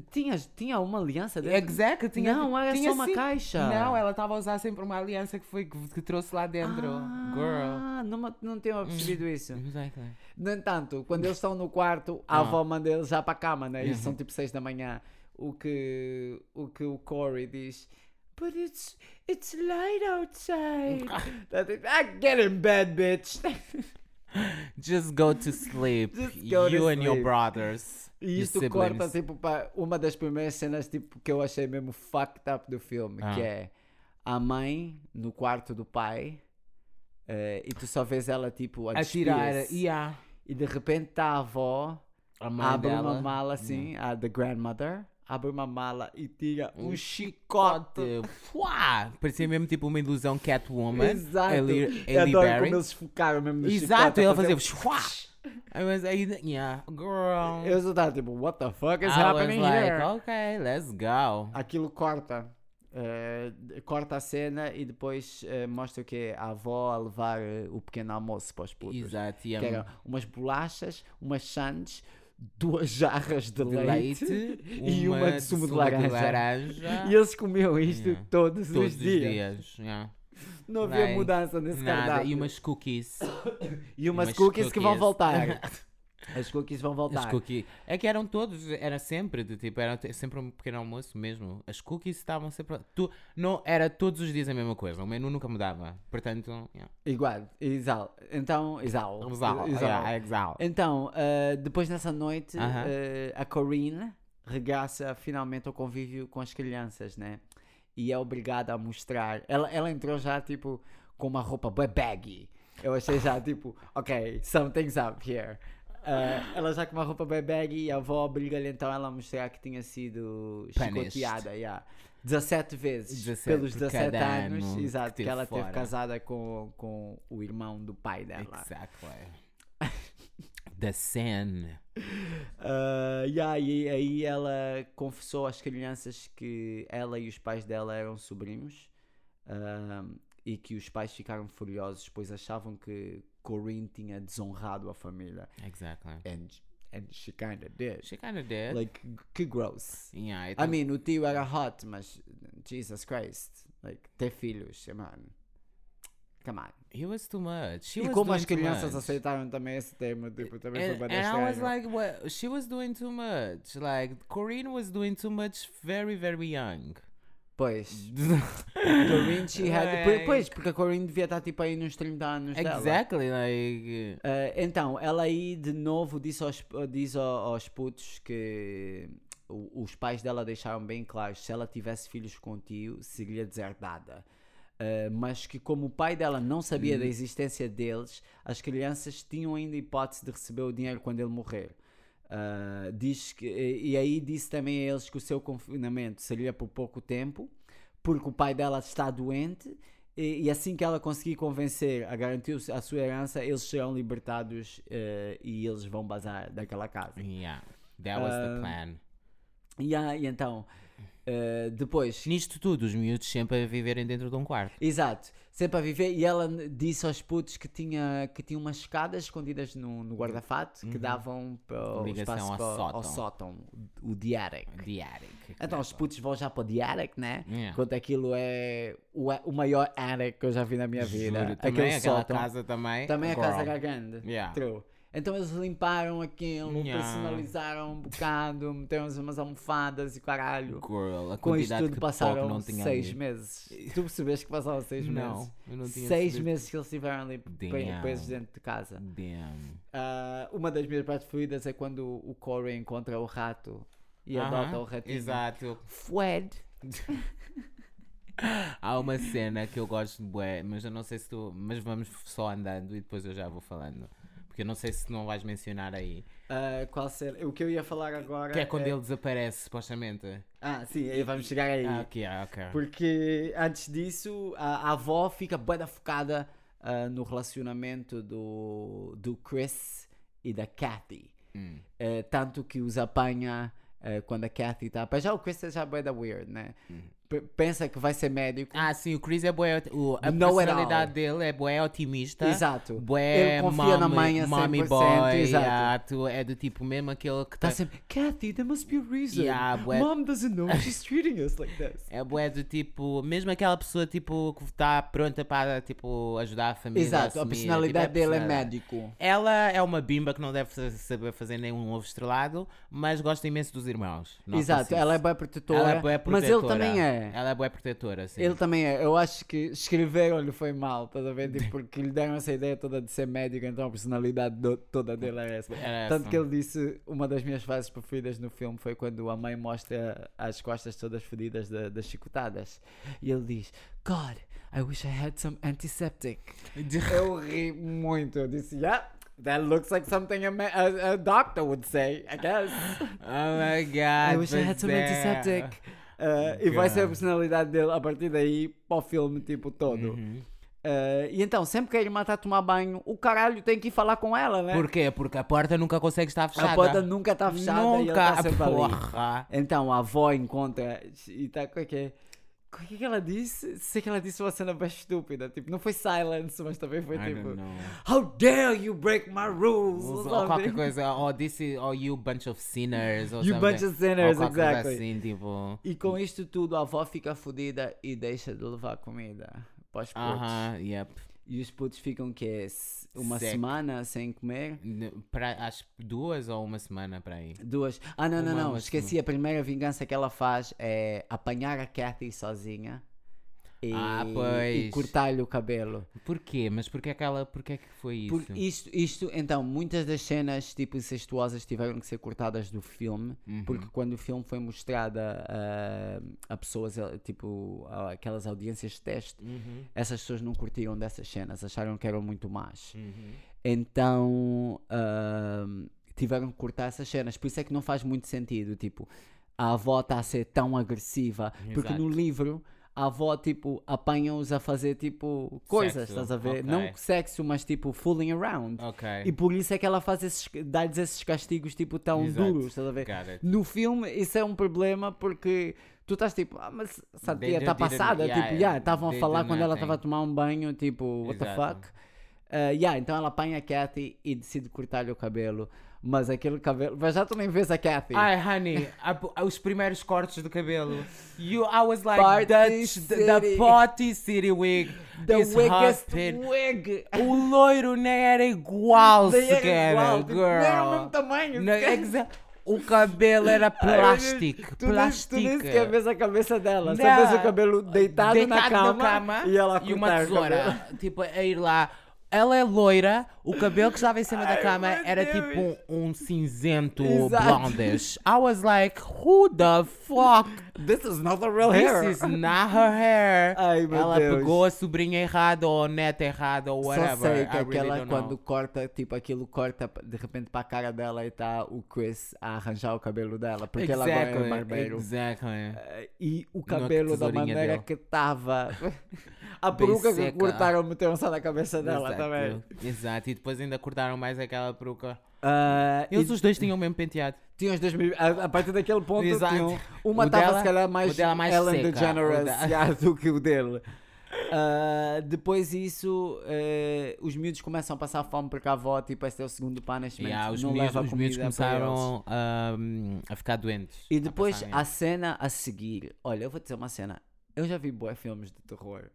A: Tinhas, tinha uma aliança dentro.
B: Exacto, tinha.
A: É
B: tipo,
A: Não, era
B: tinha
A: só uma caixa.
B: Não, ela estava a usar sempre uma aliança que foi que, que trouxe lá dentro. Girl. Hum.
A: Ah, não, me- não tinha percebido isso.
B: Exactly.
A: No entanto, quando eles estão no quarto,
B: Ah.
A: a avó manda eles já para a cama, né? E
B: Uhum.
A: são tipo 6 da manhã. O que o, que o Corey diz. But it's, it's light
B: Um
A: outside. Tá tipo, ah, get in bed, bitch.
B: Just go to sleep.
A: Just go
B: you
A: to
B: and your
A: sleep.
B: brothers.
A: E
B: your
A: isto
B: siblings.
A: corta tipo para uma das primeiras cenas tipo, que eu achei mesmo fucked up do filme,
B: Ah.
A: que é a mãe no quarto do pai eh, e tu só vês ela tipo a,
B: a tirar.
A: despir-se.
B: Yeah.
A: e de repente tá a avó
B: A
A: abre uma mala assim, a The Grandmother, abre uma mala e tira um chicote.
B: Fuá! Parecia mesmo tipo uma ilusão Catwoman.
A: Exato.
B: Ali- Ali
A: Eu adoro
B: É Berry.
A: como eles focaram mesmo no
B: Exato,
A: chicote. a
B: ele
A: fazer-
B: fazia. Fuá! I was like, yeah, girl.
A: Eu só tava tipo, what the fuck is
B: I was
A: happening
B: like, "Oh."
A: here? Ah,
B: okay, let's go.
A: Aquilo corta. eh, corta a cena e depois eh, mostra o que A avó a levar eh, o pequeno almoço para os putos.
B: Exato,
A: Que eram umas bolachas, umas sandes, duas jarras de,
B: de
A: é? leite,
B: leite,
A: e uma de sumo de laranja.
B: laranja,
A: E eles comiam isto
B: Yeah.
A: todos,
B: todos
A: os dias.
B: yeah.
A: Não havia
B: Like,
A: mudança nesse
B: Nada,
A: cardápio.
B: e umas cookies.
A: Tá. E umas,
B: umas
A: cookies, que vão
B: cookies.
A: voltar. As cookies vão
B: As
A: voltar.
B: cookies. É que eram todos, era sempre, de tipo, era te- sempre um pequeno almoço mesmo. As cookies estavam sempre. Tu, não, era todos os dias a mesma coisa, o menu nunca mudava. Portanto, yeah.
A: Igual, exal. Então, exal.
B: Vamos lá, é,
A: Exal.
B: yeah, exal.
A: Então, ah, depois nessa noite,
B: Aham.
A: ah, a Corinne regressa finalmente ao convívio com as crianças, né? E é obrigada a mostrar. Ela, ela entrou já, tipo, com uma roupa bué baggy. Eu achei já, tipo, ok, something's up here. Ah, ela já com uma roupa bem baggy e a avó obriga-lhe então ela a mostrar que tinha sido
B: Punished.
A: chicoteada. Yeah. 17 vezes
B: 17
A: pelos
B: por
A: 17
B: cada
A: anos.
B: ano
A: Exato,
B: que
A: que,
B: teve
A: ela
B: fora.
A: teve casada com, com o irmão do pai dela.
B: Exactly. The sin.
A: Ah, yeah, e aí ela confessou às crianças que ela e os pais dela eram sobrinhos ah, e que os pais ficaram furiosos, pois achavam que Corinne tinha desonrado a família.
B: Exactly.
A: And, and she kinda did.
B: She kind of did.
A: É. Like, que gross.
B: yeah, I
A: I
B: mean,
A: mean, o tio era hot, mas Jesus Christ. Like, ter filhos, come on. Come on.
B: he was too much. She
A: E
B: was
A: como as
B: doing too
A: crianças
B: much.
A: aceitaram também esse tema, tipo, também foi
B: and, and I was
A: bastante.
B: like, what? She was doing too much. Like Corinne was doing too much, very, very young.
A: Pois. Corinne, she had... po-
B: Like-
A: Pois, porque a Corinne devia estar tipo aí nos 30 anos dela.
B: exactly. Like
A: Eh, então, ela aí de novo disse aos, diz ao- aos putos que o- os pais dela deixaram bem claro se ela tivesse filhos com o tio, seria deserdada. Eh, mas que como o pai dela não sabia da existência deles, as crianças tinham ainda hipótese de receber o dinheiro quando ele morrer. Ah, diz que, e e aí disse também a eles que o seu confinamento seria por pouco tempo, porque o pai dela está doente, e, e assim que ela conseguir convencer a garantir o- a sua herança, eles serão libertados eh, e eles vão bazar daquela casa.
B: yeah, that was the
A: Ah.
B: plan.
A: E, há- e então, eh, depois,
B: Nisto tudo, os miúdos sempre a viverem dentro de um quarto.
A: Exato, sempre a viver. E ela n- disse aos putos que tinha, que tinha umas escadas escondidas no, no guarda-fato que davam para o
B: Ligação
A: espaço
B: Uhum. ao
A: para-
B: sótão.
A: ao sótão, o the attic.
B: The attic.
A: Então os putos vão já para o the attic, né?
B: Yeah.
A: Quando aquilo é o, a- o maior attic que eu já vi na minha vida.
B: Juro,
A: Aquele
B: também aquela
A: sótão.
B: casa também.
A: Também a casa
B: Girl.
A: era grande.
B: É, Yeah.
A: True. Então eles limparam aquilo,
B: Yeah.
A: personalizaram um bocado, meteram umas almofadas e caralho.
B: Girl, a
A: Com isto
B: quantidade
A: tudo
B: que
A: passaram
B: passaram não tinha
A: seis
B: ali.
A: meses. Tu percebes que passaram seis meses?
B: Não, eu não
A: seis
B: tinha percebido.
A: meses que eles estiveram ali pre-
B: Damn.
A: presos dentro de casa.
B: Damn.
A: Ah, uma das minhas partes fluidas é quando o Corey encontra o rato e adota
B: Aham,
A: o ratinho.
B: Exato.
A: Fred.
B: Há uma cena que eu gosto de bué, mas eu não sei se tu. Mas vamos só andando e depois eu já vou falando. Porque eu não sei se não vais mencionar aí.
A: Ah, qual será? O que eu ia falar agora.
B: Que é quando ele desaparece, supostamente.
A: Ah, sim, aí vamos chegar aí.
B: Ah, ok, ah, ok.
A: Porque antes disso, a, a avó fica bem focada ah, no relacionamento do, do Chris e da Kathy.
B: Hum.
A: Eh, tanto que os apanha eh, quando a Kathy está. Para já o Chris é já bem weird, né? P- pensa que vai ser médico.
B: Uhum. Ah, sim, o Chris é bué. O, a
A: Know it all.
B: personalidade dele é bué otimista.
A: Exato.
B: Bué,
A: Ele confia na
B: mommy-
A: mãe a
B: mommy
A: 100%,
B: boy,
A: exato.
B: exato. É do tipo mesmo aquele que tá.
A: Está sempre, Kathy, there must be a reason.
B: Yeah, bué-
A: Mom doesn't know she's treating us like this.
B: É bué do tipo, mesmo aquela pessoa tipo que está pronta para tipo ajudar a família.
A: Exato, a
B: assumir,
A: personalidade
B: tipo,
A: dele é
B: personalidade.
A: médico.
B: Ela é uma bimba que não deve sa- saber fazer nenhum ovo estrelado, mas gosta imenso dos irmãos. Nota-se
A: Exato,
B: isso.
A: ela é bem protetora,
B: assim, Ela é bué
A: mas ele
B: protetora.
A: também é.
B: Ela é boa protetora, sim.
A: Ele também é. Eu acho que escreveram-lhe foi mal, estás a ver? Tipo, porque lhe deram essa ideia toda de ser médico, então a personalidade do- toda dele era essa.
B: Era
A: Tanto
B: essa. né?
A: que ele disse, uma das minhas frases preferidas no filme foi quando a mãe mostra as costas todas fodidas da- das chicotadas. E ele diz, God, I wish I had some antiseptic. eu ri muito. Eu disse, yeah, that looks like something a, ma- a- a doctor would say, I guess.
B: Oh my god.
A: I wish I had
B: pois
A: some
B: é.
A: antiseptic. Uh, e vai ser a personalidade dele a partir daí para o filme tipo todo. Uh, e então, sempre que a irmã está a tomar banho, o caralho tem que ir falar com ela, né?
B: Por quê? Porque a porta nunca consegue estar fechada.
A: a porta nunca está fechada e
B: Nunca,
A: ela está sempre ali.
B: porra.
A: Então a avó encontra e está com que o que é que ela disse? Sei que ela disse uma cena bem estúpida, tipo, não foi silence, mas também foi
B: I don't
A: tipo,
B: know.
A: How dare you break my rules?
B: Ou
A: Ou
B: qualquer
A: something.
B: coisa, ou this is, ou you bunch of sinners, ou
A: You
B: something.
A: bunch of sinners,
B: ou qualquer coisa
A: exactly.
B: assim, tipo...
A: E com isto tudo, a avó fica fodida e deixa de levar comida para os putos.
B: Aham, yep.
A: E os putos ficam que é s- uma
B: Seco.
A: semana sem comer?
B: N- Pra, acho que duas ou uma semana para aí.
A: Duas. Ah, não, não,
B: Uma-
A: não.
B: uma
A: Esqueci. A primeira vingança que ela faz é apanhar a Kathy sozinha e,
B: Ah,
A: e
B: pois.
A: cortar-lhe o cabelo.
B: Porquê? Mas porquê é que ela. Porquê é que foi isso?
A: Por isto, isto, então, muitas das cenas tipo incestuosas tiveram que ser cortadas do filme,
B: Uhum.
A: porque quando o filme foi mostrado a, a pessoas, eh, tipo, a- aquelas audiências de teste,
B: Uhum,
A: essas pessoas não curtiram dessas cenas, acharam que eram muito
B: Hum.
A: más.
B: uhum.
A: Então, ahm, tiveram que cortar essas cenas, por isso é que não faz muito sentido, tipo, a avó está a ser tão agressiva, porque no livro. A avó, tipo, apanha-os a fazer, tipo, coisas,
B: Sexo,
A: estás a ver?
B: ok.
A: Não sexo, mas tipo fooling around.
B: Ok.
A: E por isso é que ela faz esses, dá-lhes esses castigos tipo tão
B: Exato.
A: duros, estás a ver?
B: Got it.
A: No filme isso é um problema porque tu estás tipo, ah, mas essa
B: They
A: tia está
B: didn't-
A: passada,
B: yeah,
A: tipo, yeah, estavam
B: they
A: a falar
B: did
A: quando ela
B: nothing.
A: estava a tomar um banho, tipo, what the
B: Exato.
A: fuck? Ah, yeah, então ela apanha a Kathy e decide cortar-lhe o cabelo, mas aquele cabelo, mas já tu nem vês a Kathy.
B: Ai, honey, a- os primeiros cortes do cabelo. You, I was like,
A: Party
B: the,
A: City.
B: the potty city wig.
A: The
B: is
A: weakest
B: hopping.
A: wig.
B: O loiro nem era igual
A: Daí era
B: sequer,
A: igual, tipo, não era o mesmo
B: girl.
A: tamanho.
B: Não,
A: sequer.
B: exa- o cabelo era plástico,
A: Tu disse- Tu disse que
B: plástico.
A: vês a cabeça dela. Você
B: Não.
A: vês o cabelo deitado, na, cama, e ela cortar
B: e uma
A: o cabelo.
B: tesoura, tipo, a ir lá. Ela é loira, o cabelo que estava em cima da cama
A: meu
B: era
A: Deus.
B: tipo um, um cinzento
A: Exato.
B: blondish. I was like, who the fuck?
A: This is not the real hair.
B: This is not her hair.
A: Ai, meu
B: ela
A: Deus.
B: pegou a sobrinha errada ou a neta errada ou whatever.
A: Só sei que
B: I really
A: aquela
B: don't know.
A: quando corta, tipo, aquilo corta de repente para a cara dela e tá o Chris a arranjar o cabelo dela, porque ela agora é barbeiro.
B: Exactly.
A: eh, E o
B: Não é que
A: cabelo da
B: tesourinha
A: maneira
B: dele.
A: que estava. A
B: Bem
A: peruca que
B: seca.
A: cortaram meteram só na cabeça dela
B: Exato.
A: também.
B: Exato. E depois ainda cortaram mais aquela peruca.
A: Ah, e
B: Eles os dois tinham o mesmo penteado.
A: Tinha os dois mil... a, a partir daquele ponto
B: Exato.
A: tinham, uma
B: O
A: estava
B: dela-
A: se calhar
B: o
A: mais,
B: dela mais
A: Ellen
B: seca,
A: DeGeneres
B: o da-
A: já, do que o dele Ah, depois isso eh, os miúdos começam a passar fome porque a avó tipo este é o segundo punishment
B: Yeah, os
A: não
B: miúdos,
A: leva
B: os
A: comida
B: miúdos
A: para eles.
B: começaram ahm, a ficar doentes.
A: e
B: a
A: depois
B: passar
A: a
B: mal.
A: cena a seguir olha eu vou dizer uma cena eu já vi boa filmes de terror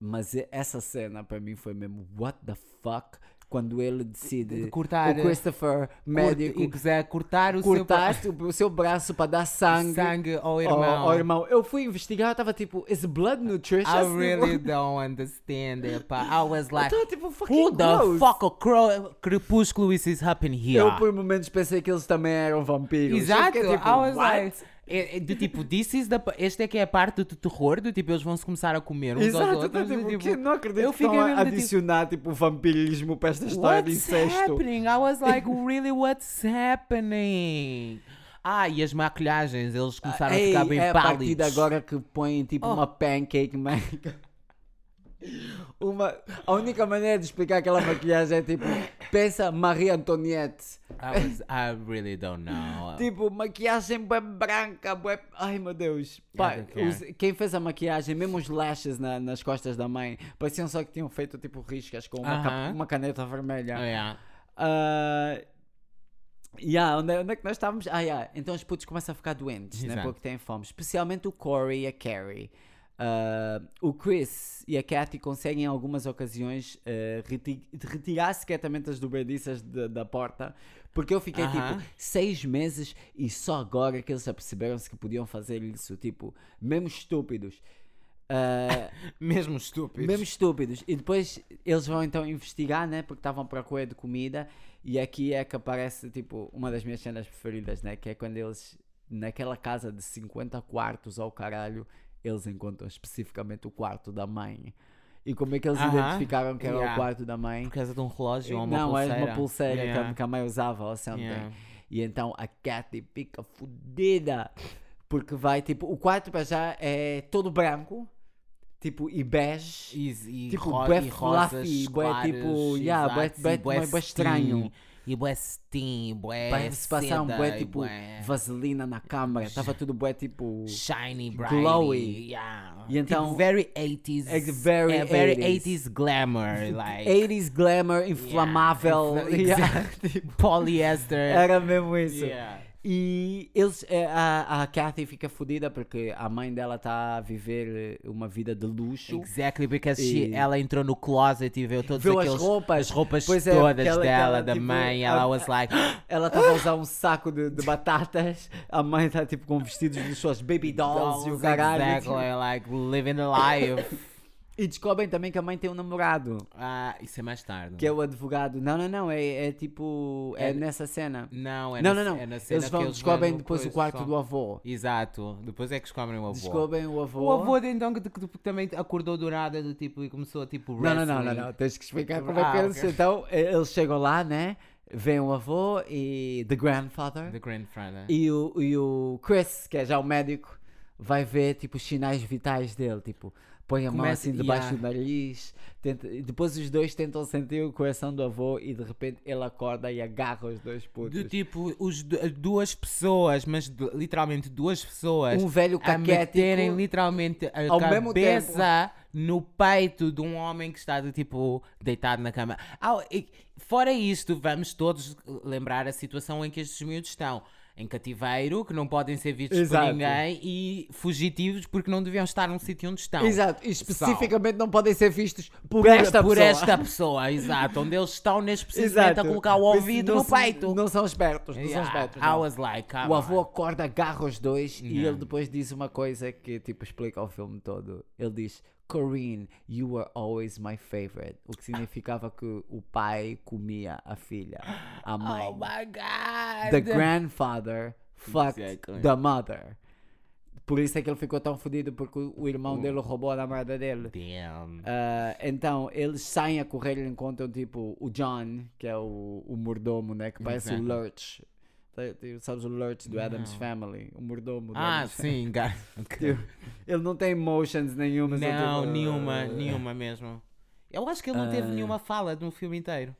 A: mas e- essa cena para mim foi mesmo what the fuck quando ele decide
B: de cortar-
A: o Christopher
B: Corta-
A: médico
B: e quiser cortar o
A: cortaste o, o seu braço para dar
B: seu
A: sangue,
B: sangue ao
A: ao,
B: irmão.
A: ao irmão. Eu fui investigar, eu tava tipo, is blood nutritious?
B: I
A: Tipo,
B: really don't understand it, but I was
A: eu
B: like,
A: tava tipo, fucking
B: who the
A: gross.
B: fuck a cro- crepúsculo is this happening here?
A: Eu por momentos pensei que eles também eram vampiros. Eu
B: Exato,
A: fiquei tipo,
B: I was
A: what?
B: like, é- é do tipo, this is the, pa- esta é que é a parte do terror, do tipo, eles vão se começar a comer uns aos
A: Exato, eu
B: outros.
A: tava tipo,
B: do
A: que não acredito
B: eu
A: que estão
B: fiquei
A: a
B: mesmo do tipo,
A: adicionar tipo vampirismo para esta história de
B: What's
A: incesto.
B: happening? I was like, really, what's happening? Ah, e as maquilhagens, eles começaram a
A: Ei,
B: ficar bem
A: é a partir de
B: pálidos. Oh.
A: agora que põem tipo uma pancake maker. Uma, a única maneira de explicar aquela maquiagem é tipo, pensa Maria Antoniette.
B: I, was, I really don't know.
A: Tipo, maquiagem bué branca, bué... Ai, meu Deus. Pá,
B: don't care.
A: os- quem fez a maquiagem, mesmo os lashes na- nas costas da mãe, pareciam só que tinham feito, tipo, riscas com uma, cap-
B: Aham.
A: uma caneta vermelha.
B: Oh, yeah.
A: Ah, yeah, onde, é- onde é que nós estávamos? Ah, yeah. Então os putos começam a ficar doentes, né?
B: Exato.
A: Porque têm fome. Especialmente o Corey e a Carrie. Ah, o Chris e a Kathy conseguem em algumas ocasiões ah, reti- retirar-se quietamente as dobradiças da- da porta porque eu fiquei
B: Aham.
A: tipo seis meses e só agora que eles aperceberam-se que podiam fazer isso, tipo, mesmo estúpidos. Ah,
B: Mesmo estúpidos.
A: Mesmo estúpidos. E depois eles vão então investigar, né? Porque estavam à procura de comida. E aqui é que aparece, tipo, uma das minhas cenas preferidas, né? Que é quando eles, naquela casa de 50 quartos ao caralho, eles encontram especificamente o quarto da mãe. E como é que eles
B: Aham.
A: identificaram que era
B: Yeah.
A: o quarto da mãe?
B: Por causa de um relógio ou uma
A: Não,
B: pulseira.
A: era uma pulseira tá um que a-
B: Yeah.
A: que a mãe usava ou something.
B: Yeah.
A: E então a Kathy fica fodida. Porque vai, tipo, o quarto para já é todo branco. Tipo, e bege.
B: E, e
A: Tipo,
B: ro-
A: bué
B: e rosas
A: fluffy, bué
B: claras,
A: tipo, yeah,
B: exato,
A: bué-
B: e
A: bué- mas bué estranho.
B: steam, E bué steam, bué
A: Parece se passar um
B: seda
A: bué
B: e
A: tipo
B: bué
A: vaselina na câmara, tava tudo bué tipo.
B: shiny, bright.
A: glowy.
B: Yeah.
A: E então-
B: tipo, very 80s.
A: Ex- very
B: é, very
A: 80s.
B: 80s, glamour. Like,
A: 80s glamour inflamável.
B: Exa-
A: Yeah.
B: Polyester.
A: Era mesmo É isso.
B: Yeah.
A: E eles, eh, a, a Kathy fica fodida porque a mãe dela está a viver eh, uma vida de luxo.
B: Exactly, because
A: E-
B: she, ela entrou no closet e viu todas
A: Viu
B: aqueles,
A: as roupas.
B: as roupas
A: Pois é,
B: todas
A: aquela-
B: dela,
A: aquela,
B: da
A: tipo,
B: mãe.
A: a-
B: Ela was like,
A: Ela estava a usar um saco de, de batatas, a mãe está tipo com vestidos dos seus baby dolls e o caralho.
B: Exactly, like living the life.
A: E descobrem também que a mãe tem um namorado,
B: Ah, isso é mais tarde.
A: que é o advogado. Não, não, não, é, é tipo. É,
B: É-
A: nessa cena.
B: Não, é
A: não,
B: na,
A: não, não.
B: É na cena
A: eles vão,
B: que eles
A: descobrem
B: vão no
A: depois o
B: coisa,
A: quarto
B: só.
A: do avô.
B: Exato, depois é que descobrem o avô.
A: Descobrem o avô.
B: O avô de então que, que, que também acordou dourada do tipo e começou tipo
A: Não,
B: wrestling.
A: não, não, não, não, tens que explicar como é
B: Ah,
A: que eles.
B: ok.
A: Então, eh, eles chegam lá, né? Vem o avô e. The grandfather.
B: The grandfather.
A: E, o, e o Chris, que é já o médico, vai ver tipo os sinais vitais dele. Tipo, põe a mão
B: Começa-
A: assim debaixo
B: yeah.
A: do nariz. tenta- e depois os dois tentam sentir o coração do avô e de repente ele acorda e agarra os dois putos.
B: Do tipo, os, du- as duas pessoas, mas du- literalmente duas pessoas.
A: Um velho
B: a meterem
A: caquético.
B: literalmente a
A: Ao mesmo
B: cabeça no peito de um homem que está de tipo deitado na cama. Ah, e- fora isto, vamos todos lembrar a situação em que estes miúdos estão. Em cativeiro, que não podem ser vistos
A: Exato.
B: por ninguém, e fugitivos porque não deviam estar num sítio onde estão.
A: Exato, e especificamente não podem ser vistos por,
B: Por,
A: esta
B: por
A: pessoa.
B: esta pessoa, exato. Onde eles estão neste precisamente
A: Exato.
B: a colocar o
A: Por isso
B: ouvido
A: não
B: no
A: se-
B: peito.
A: Não são espertos, não são
B: Yeah,
A: espertos.
B: I
A: não.
B: was like, come
A: O avô
B: on.
A: acorda, agarra os dois e
B: Yeah.
A: ele depois diz uma coisa que tipo explica o filme todo. Ele diz: Corinne, you were always my favorite. O que significava que o pai comia a filha, a mãe.
B: Oh my god.
A: the grandfather fucked
B: Exactly.
A: the mother. Por isso é que ele ficou tão fodido porque o o irmão dele roubou a namorada dele.
B: Damn.
A: Ah, então eles saem a correr e encontram tipo o John, que é o, o mordomo, né?
B: Uhum.
A: Que parece o
B: Exato.
A: Lurch. Tá- tu Sabes o Lurch do Adam's Family? O mordomo do
B: Ah,
A: Adam's
B: sim, gar-
A: Family. Ele não tem emotions nenhuma. só
B: Não,
A: tipo,
B: nenhuma,
A: "Ah".
B: nenhuma mesmo. Eu acho que ele não teve nenhuma fala no filme inteiro.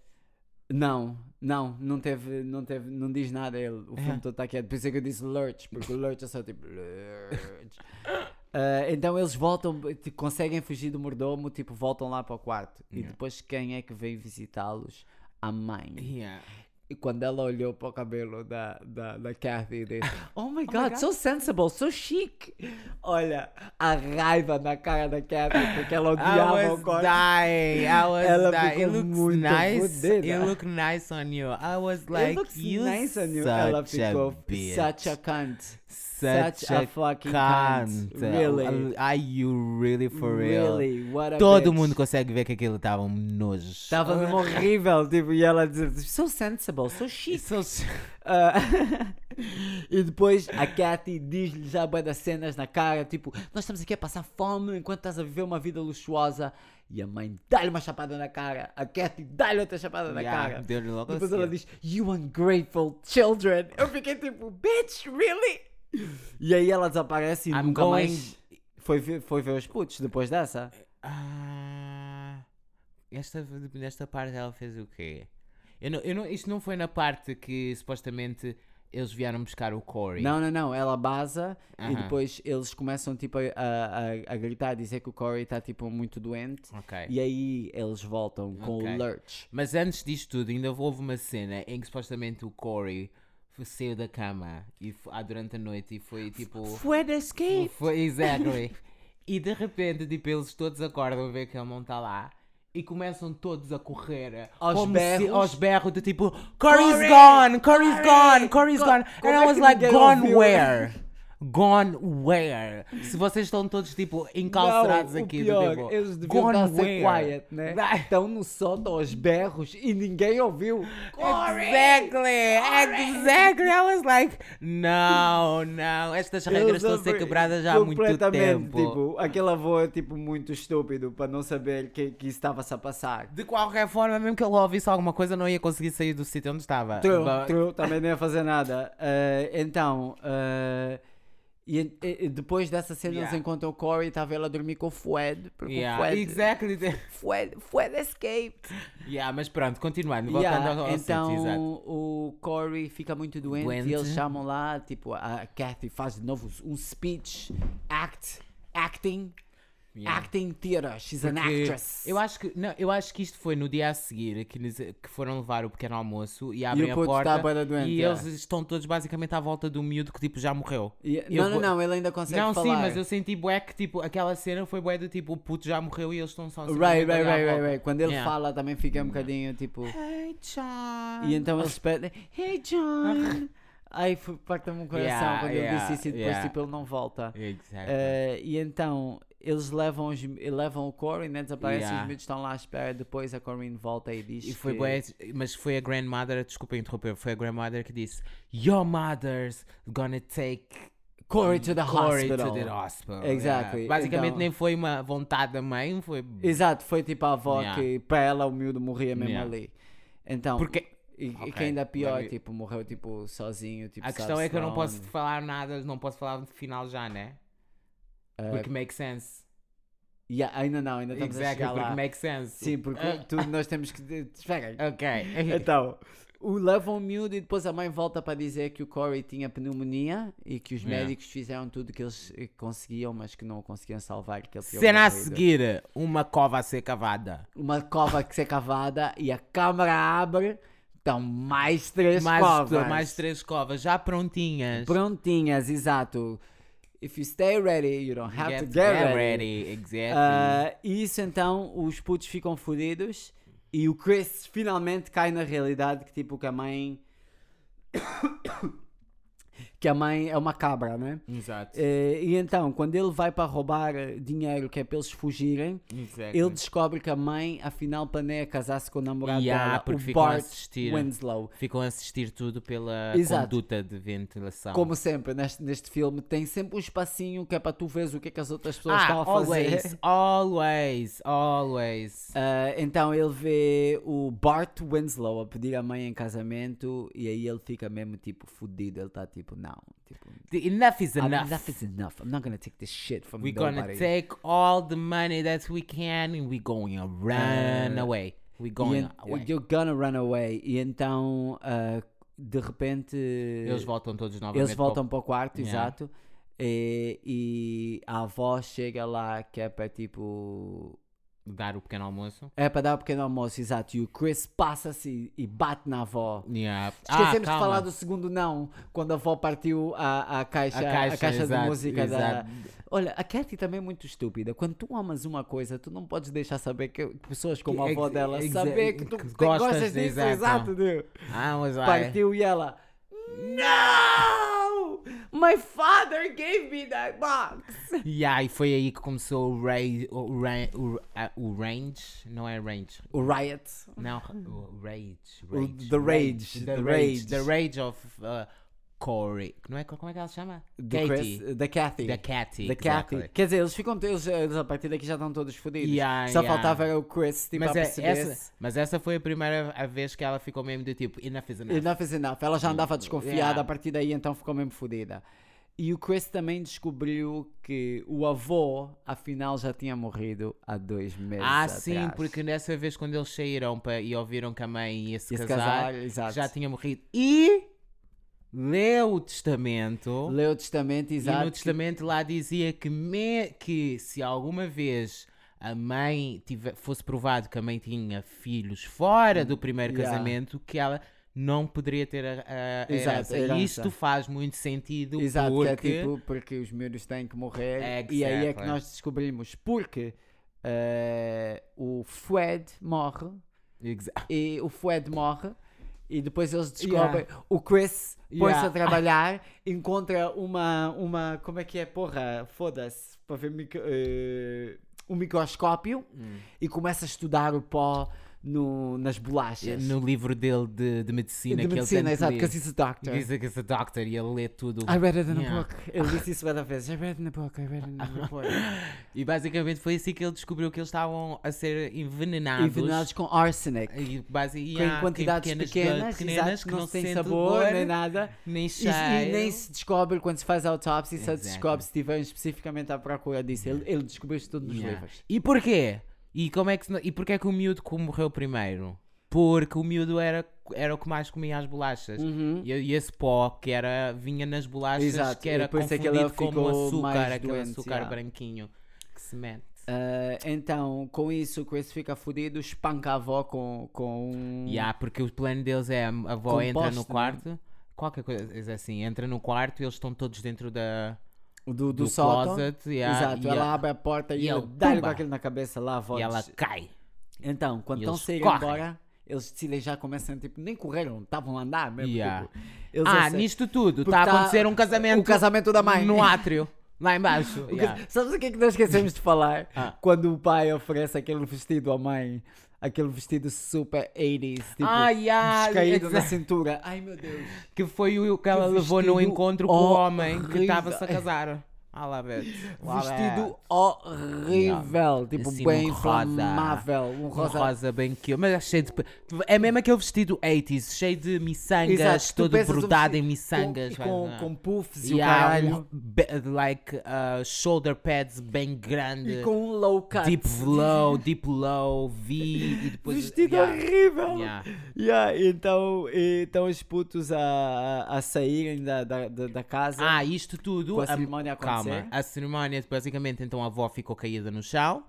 A: Não, não, não teve, não teve, não diz nada ele. O filme todo está quieto. Por isso é que eu disse Lurch, porque o Lurch é só tipo Lurch. Ah, então eles voltam, tipo, conseguem fugir do mordomo, tipo, voltam lá para o quarto. E depois quem é que vem visitá-los? A mãe.
B: Yeah.
A: E quando ela olhou para o cabelo da, da, da Kathy, disse: Oh my god, so sensible, so chic. Olha, a raiva na cara da Kathy, porque ela
B: I
A: odiava
B: was
A: o corte.
B: dying. I was
A: Ela
B: dying. It
A: ficou
B: looks
A: muito
B: nice.
A: fodida.
B: It looked nice on you. I was
A: It
B: like,
A: looks
B: you
A: nice on you.
B: such
A: Ela ficou
B: a bitch.
A: such a cunt.
B: such,
A: such a fucking cunt. Really.
B: Are you really for real?
A: really, what a
B: Todo
A: bitch.
B: mundo consegue ver que aquilo estava um nojo.
A: Estava mesmo horrível, tipo, e ela dizia, so sensible, so chic.
B: Isso-
A: Ah, e depois a Kathy diz-lhe já bué das cenas na cara, tipo, nós estamos aqui a passar fome enquanto estás a viver uma vida luxuosa. E a mãe dá-lhe uma chapada na cara, a Kathy dá-lhe outra chapada na
B: Yeah,
A: cara.
B: deu-lhe logo assim,
A: Depois
B: a
A: ela
B: seguir.
A: diz, you ungrateful children. Eu fiquei tipo, bitch, really? E aí ela desaparece e
B: I'm
A: nunca
B: going-
A: mais foi ver, foi ver os putos depois dessa.
B: Ah, esta, nesta parte ela fez o quê? Eu não, eu não, isto não foi na parte que supostamente eles vieram buscar o Corey.
A: Não, não, não. Ela baza e
B: Aham.
A: depois eles começam tipo a, a, a- a gritar, a dizer que o Corey está tipo muito doente.
B: Ok.
A: E aí eles voltam com
B: Ok.
A: o Lurch.
B: Mas antes disto tudo, ainda houve uma cena em que supostamente o Corey f- saiu da cama e, f- ah, durante a noite e foi tipo.
A: Foi de escape!
B: Foi, exactly. e de repente, tipo, eles todos acordam a ver que ele não está lá. E começam todos a correr
A: Aos
B: como
A: berros.
B: Se, aos berros de tipo Corey's
A: Corey!
B: gone, Corey's
A: Corey!
B: gone, Corey's
A: Co-
B: gone.
A: como
B: And
A: é
B: I was
A: que
B: like,
A: ninguém
B: gone
A: ouviu?
B: where? Gone where? Se vocês estão todos tipo encalcerados
A: Não, o
B: aqui
A: pior,
B: do tipo,
A: eles deviam
B: gone
A: estar a ser
B: where?
A: quiet, né?
B: Vai.
A: Estão no sótão aos berros e ninguém ouviu.
B: Exactly, exactly. I was like, não, não. Estas regras estão a ser quebradas já há muito
A: Completamente,
B: tempo.
A: Tipo, aquele avô é tipo muito estúpido para não saber que, que isso estava-se a passar.
B: De qualquer forma, mesmo que ele ouvisse alguma coisa, não ia conseguir sair do sítio onde estava.
A: True,
B: But-
A: true, também não ia fazer nada. Eh, então, eh, e, e- e depois dessa cena
B: Yeah.
A: eles encontram o Corey e estava ele a dormir com o Fued. Porque o
B: Yeah,
A: Fued,
B: exactly.
A: Fued, Fued escaped.
B: yeah, mas pronto, continuando. Voltando
A: Yeah,
B: ao ao
A: então
B: assunto, exato.
A: o Corey fica muito doente,
B: Doente.
A: e eles chamam lá, tipo, a Kathy faz de novo um speech, act, acting.
B: Yeah.
A: Acting theater, she's an
B: Porque
A: actress.
B: Eu acho que não, eu acho que isto foi no dia a seguir que, nos- que foram levar o pequeno almoço e abrem a
A: puto
B: porta
A: tá bué da doente,
B: e
A: yeah.
B: eles estão todos basicamente à volta do miúdo que tipo já morreu.
A: E-
B: Eu
A: não, não,
B: vou-
A: não, ele ainda consegue
B: não,
A: falar.
B: sim, mas eu senti bué que tipo aquela cena foi bué do tipo o puto já morreu e eles estão só
A: Right,
B: simplesmente
A: right,
B: ali à
A: right, right,
B: volta.
A: right. Quando ele
B: Yeah.
A: fala também fica um bocadinho tipo.
B: Hey John.
A: E então eles pedem, Hey John! Aí foi- parte-me o coração
B: Yeah,
A: quando
B: yeah,
A: ele disse isso e depois
B: yeah.
A: tipo ele não volta.
B: Exactly.
A: Eh, e então eles levam, os, levam o Corin, né? Desaparece,
B: Yeah.
A: os miúdos estão lá à espera. Depois a Corin volta e diz.
B: E foi
A: que-
B: bué, mas foi a grandmother, desculpa interromper, foi a grandmother que disse Your mother's gonna take
A: Corey to the
B: Corey
A: hospital.
B: to the hospital.
A: Exactly.
B: yeah. Basicamente
A: Então-
B: nem foi uma vontade da mãe, foi
A: Exato, foi tipo a avó
B: Yeah.
A: que para ela o miúdo morria mesmo
B: Yeah.
A: ali. Então,
B: porque
A: e, e
B: Ok,
A: que ainda pior,
B: let me-
A: tipo, morreu tipo sozinho. Tipo,
B: a questão é que eu não posso
A: sabe-se lá
B: falar nada, não posso falar de final já, né?
A: onde. Eh,
B: Porque make sense.
A: yeah, ainda não, ainda estamos a
B: Exactly,
A: chegar
B: porque
A: lá.
B: make sense.
A: Sim, porque
B: Ah,
A: tu- nós temos que. Espera.
B: Ok.
A: Então, o levam o miúdo e depois a mãe volta para dizer que o Corey tinha pneumonia e que os
B: Yeah.
A: médicos fizeram tudo que eles eh, conseguiam, mas que não o conseguiam salvar. Que ele tinha
B: Cena a
A: morrido.
B: seguir, uma cova a ser cavada.
A: Uma cova que se é cavada e a câmara abre, então mais três
B: Mais,
A: covas.
B: mais três covas já prontinhas.
A: Prontinhas, exato. If you stay ready, you don't have to get, ready.
B: Exactly.
A: Ah, e isso então, os putos ficam fodidos e o Chris finalmente cai na realidade que tipo que a mãe que a mãe é uma cabra, né?
B: Exato.
A: Eh, e então, quando ele vai para roubar eh, dinheiro que é para eles fugirem,
B: Exactly.
A: ele descobre que a mãe afinal planeia casar-se com o namorado
B: Yeah,
A: dela,
B: porque
A: o
B: ficam a
A: Bart
B: assistir.
A: Winslow.
B: Ficam a assistir tudo pela
A: Exato.
B: conduta de ventilação.
A: Como sempre, neste, neste filme, tem sempre um espacinho que é para tu veres o que é que as outras pessoas estão
B: ah,
A: a fazer.
B: always, always, always.
A: Ah, então ele vê o Bart Winslow a pedir a mãe em casamento e aí ele fica mesmo tipo fudido. Ele tá tipo, não, tipo,
B: The- enough is
A: I'm-
B: enough.
A: enough is enough. I'm not gonna take this shit from
B: We're
A: nobody.
B: gonna take all the money that we can and we're going to run away.
A: Ah.
B: We're
A: E
B: going
A: en-
B: away.
A: You're gonna run away. E então, ah, de repente,
B: Eles voltam todos novamente.
A: eles voltam para o quarto,
B: Yeah.
A: exato. E, e a avó chega lá que é para tipo.
B: para dar o pequeno almoço.
A: É para dar um pequeno almoço, exato. E o Chris passa-se e bate na avó.
B: Yeah.
A: Esquecemos
B: ah,
A: de
B: calma.
A: falar do segundo não, quando a avó partiu a, a caixa,
B: A
A: a
B: caixa,
A: caixa,
B: exato,
A: de música
B: exato.
A: da. Olha, a Katy também é muito estúpida. Quando tu amas uma coisa, tu não podes deixar saber que que pessoas como a
B: Que-
A: avó
B: ex-
A: dela
B: exa-
A: saber que tu
B: que
A: te-
B: gostas
A: gostas,
B: de-
A: disso,
B: exato.
A: exato, dude.
B: Ah, mas vai.
A: Partiu e ela. No! My father gave me that box!
B: Yeah, e foi aí que começou o, rai, o, rai, o, ah, o range. Não é range.
A: O Riot.
B: Não, o rage.
A: O-
B: rage
A: the rage,
B: The
A: the
B: rage.
A: rage.
B: The rage of uh, Corey. Não é, como é que ela se chama?
A: do
B: Katie.
A: Chris- da Kathy.
B: Da Katy.
A: Da Kathy.
B: exactly.
A: Quer dizer, eles ficam. Eles, eles a partir daqui já estão todos fodidos.
B: Yeah,
A: Só
B: yeah.
A: faltava era o Chris, tipo,
B: Mas,
A: a
B: é-
A: perceber.
B: essa, mas essa foi a primeira a vez que ela ficou mesmo do tipo, enough is enough.
A: Enough is enough. Ela já andava desconfiada,
B: Yeah.
A: a partir daí então ficou mesmo fodida. E o Chris também descobriu que o avô, afinal, já tinha morrido há dois meses.
B: Ah,
A: atrás.
B: sim, porque nessa vez quando eles saíram pra, e ouviram que a mãe ia se
A: Esse casal,
B: casar,
A: exato.
B: já tinha morrido. E leu o testamento.
A: Leu o testamento, exato.
B: E no testamento lá dizia que, me- que se alguma vez a mãe tive- fosse provado que a mãe tinha filhos fora do primeiro
A: yeah.
B: casamento, que ela não poderia ter a, a-
A: Exato,
B: a herança.
A: a
B: E
A: herança.
B: isto faz muito sentido
A: Exato,
B: porque...
A: que é tipo, porque os miúdos têm que morrer. E aí é que
B: Exactly.
A: nós descobrimos porque eh, o Fred morre
B: Exa-
A: e o Fred morre e depois eles descobrem o Chris põe-se
B: Yeah.
A: a trabalhar encontra uma uma como é que é porra foda-se para ver micro, eh, um microscópio
B: Hum.
A: e começa a estudar o pó no, nas bolachas
B: No livro dele de, de medicina
A: de
B: que
A: medicina
B: ele
A: exato
B: tem
A: because he's a doctor
B: Diz que esse doctor e ele lê tudo.
A: I read it in
B: Yeah.
A: a book ele disse isso várias vezes I read it in a book I read it in a book
B: E basicamente foi assim que ele descobriu que eles estavam a ser envenenados.
A: envenenados com arsenic
B: E base, e
A: com
B: há-
A: em quantidades pequenas,
B: pequenas, doses
A: exato, que não,
B: se
A: tem
B: sente
A: sabor
B: dor,
A: nem nada
B: nem
A: E,
B: cheiro.
A: e nem se descobre quando se faz a autópsia, só
B: Exato.
A: se descobre se estiverem especificamente à procura disso. Ele, ele descobriu isso tudo nos
B: Yeah.
A: livros.
B: E porquê? E, como é que, se não- e porquê que o miúdo que morreu primeiro? Porque o miúdo era, era o que mais comia as bolachas. E, e esse pó que era, vinha nas bolachas,
A: Uhum. Exato,
B: que
A: e
B: era
A: por isso é que
B: confundido
A: ele
B: como
A: ficou
B: açúcar,
A: mais
B: aquele
A: doente,
B: açúcar
A: yeah.
B: branquinho que se mete.
A: Ah, então, com isso, o Chris fica fudido, espanca a avó com, com um.
B: Yeah, porque o plano deles é a a avó
A: Com
B: entra no
A: poste, né?
B: quarto, qualquer coisa assim, entra no quarto e eles estão todos dentro da,
A: do, do,
B: do,
A: sótão.
B: closet yeah,
A: Exato,
B: e,
A: ela
B: a-
A: abre a porta e,
B: e
A: ele
B: ele
A: dá-lhe
B: pumba.
A: com aquilo na cabeça lá, a voz.
B: e ela cai.
A: Então, quando
B: E
A: estão
B: eles
A: a ir
B: correm.
A: embora, eles se já começam, tipo, nem correram, estavam a andar mesmo.
B: Yeah.
A: tipo, eles
B: Ah,
A: aceitam.
B: nisto tudo,
A: Porque
B: está a
A: tá
B: acontecer um casamento,
A: o casamento da mãe.
B: no átrio, lá embaixo.
A: O que-
B: yeah.
A: Sabes o que é que nós esquecemos de falar?
B: Ah.
A: Quando o pai oferece aquele vestido à mãe, aquele vestido super 80s, tipo,
B: Ah, yeah,
A: descaído na
B: exa-
A: cintura. Ai meu Deus.
B: Que foi o que ela
A: Que
B: levou no
A: vestido
B: encontro com o homem
A: horrível.
B: que estava-se a casar. I love it. Love
A: vestido
B: it.
A: horrível, tipo,
B: Assim,
A: bem
B: um rosa.
A: inflamável. Um
B: Um
A: rosa.
B: rosa. bem que mas é cheio de. É mesmo aquele vestido 80s, cheio de miçangas,
A: Exato, tu
B: todo
A: pensas o
B: brodado em
A: vestido
B: miçangas.
A: Com,
B: vai
A: com, um
B: lá.
A: com puffs e
B: E há
A: o
B: um
A: caralho.
B: be- like uh, shoulder pads bem grande,
A: E com um low cut.
B: deep low, deep low, V e depois.
A: Vestido
B: yeah,
A: horrível.
B: yeah.
A: Yeah, então, então os putos a, a saírem da, da, da, da casa.
B: Ah, isto tudo.
A: Com a cerimónia a
B: Calma,
A: acontecer.
B: a cerimónia, basicamente, então a avó ficou caída no chão.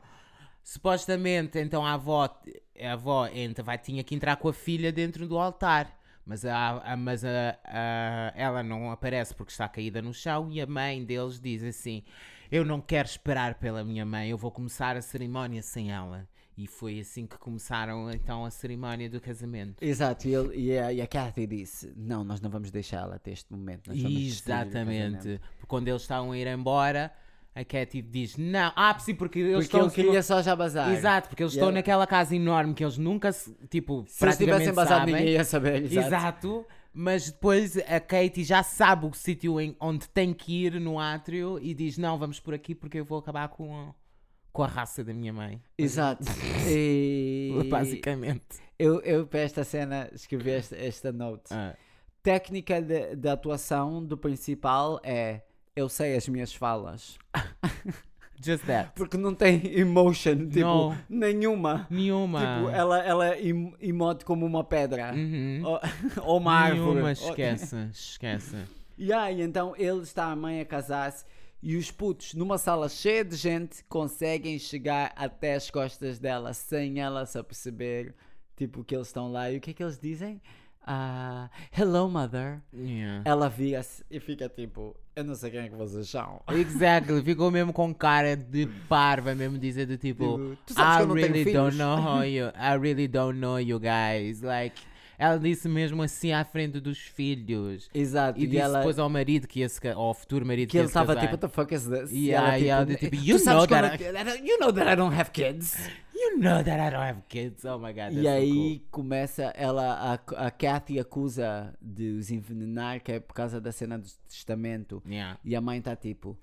B: Supostamente, então a avó, a avó entra, vai, tinha que entrar com a filha dentro do altar. Mas, a, a- mas a, a- ela não aparece porque está caída no chão e a mãe deles diz assim: Eu não quero esperar pela minha mãe, eu vou começar a cerimónia sem ela. E foi assim que começaram então a cerimónia do casamento.
A: Exato, e, ele, e, a, e a Kathy disse: Não, nós não vamos deixá-la até este momento. Nós vamos destruir o casamento."
B: Exatamente. Porque quando eles estavam a ir embora, a Katy diz: Não, ah, sim, porque eles
A: Porque
B: estão.
A: eu queria só já bazar.
B: Exato, porque eles
A: E
B: estão
A: ela-
B: naquela casa enorme que eles nunca, se- tipo,
A: Se eles
B: praticamente
A: tivessem bazado,
B: sabem.
A: ninguém ia saber. Exato.
B: Exato. Mas depois a Katie já sabe o sítio em- onde tem que ir no átrio e diz: Não, vamos por aqui porque eu vou acabar com a, com a raça da minha mãe.
A: Exato. E
B: Basicamente.
A: eu, eu, para esta cena, escrevi esta, esta note.
B: Ah.
A: Técnica de, de atuação do principal é: Eu sei as minhas falas.
B: Just that.
A: Porque não tem emotion, tipo,
B: Não.
A: nenhuma.
B: Nenhuma.
A: Tipo, ela, ela im- emote como uma pedra.
B: Uhum.
A: Ou, ou uma árvore. Oh,
B: Nenhuma,
A: Ou-
B: esquece, esquece.
A: E aí, então ele está a mãe a casar-se e os putos, numa sala cheia de gente, conseguem chegar até as costas dela sem ela se aperceber, tipo, que eles estão lá. E o que é que eles dizem? Ah, hello, mother.
B: Yeah.
A: Ela vira-se e fica tipo, eu não sei quem é que vocês são.
B: Exactly, ficou mesmo com cara de parva, mesmo dizer do tipo,
A: Tipo, "Tu sabes que
B: I
A: eu não tenho
B: really don't
A: filhos."
B: know you, I really don't know you guys. Like, ela disse mesmo assim à frente dos filhos.
A: Exato,
B: E,
A: e,
B: disse
A: ela.
B: depois ao marido que ia se ca- ao futuro marido que,
A: Que
B: ia
A: ele
B: se
A: estava
B: casar.
A: tipo, what the fuck is this? E
B: Yeah, yeah, de tipo, "You
A: "Tu sabes
B: know
A: que eu
B: that
A: não- you know that I don't have kids.
B: You know that I don't have kids. Oh my god. that's
A: E
B: so
A: aí começa ela, a, a Kathy acusa de os envenenar, que é por causa da cena do testamento.
B: cool. Yeah.
A: E a mãe está tipo.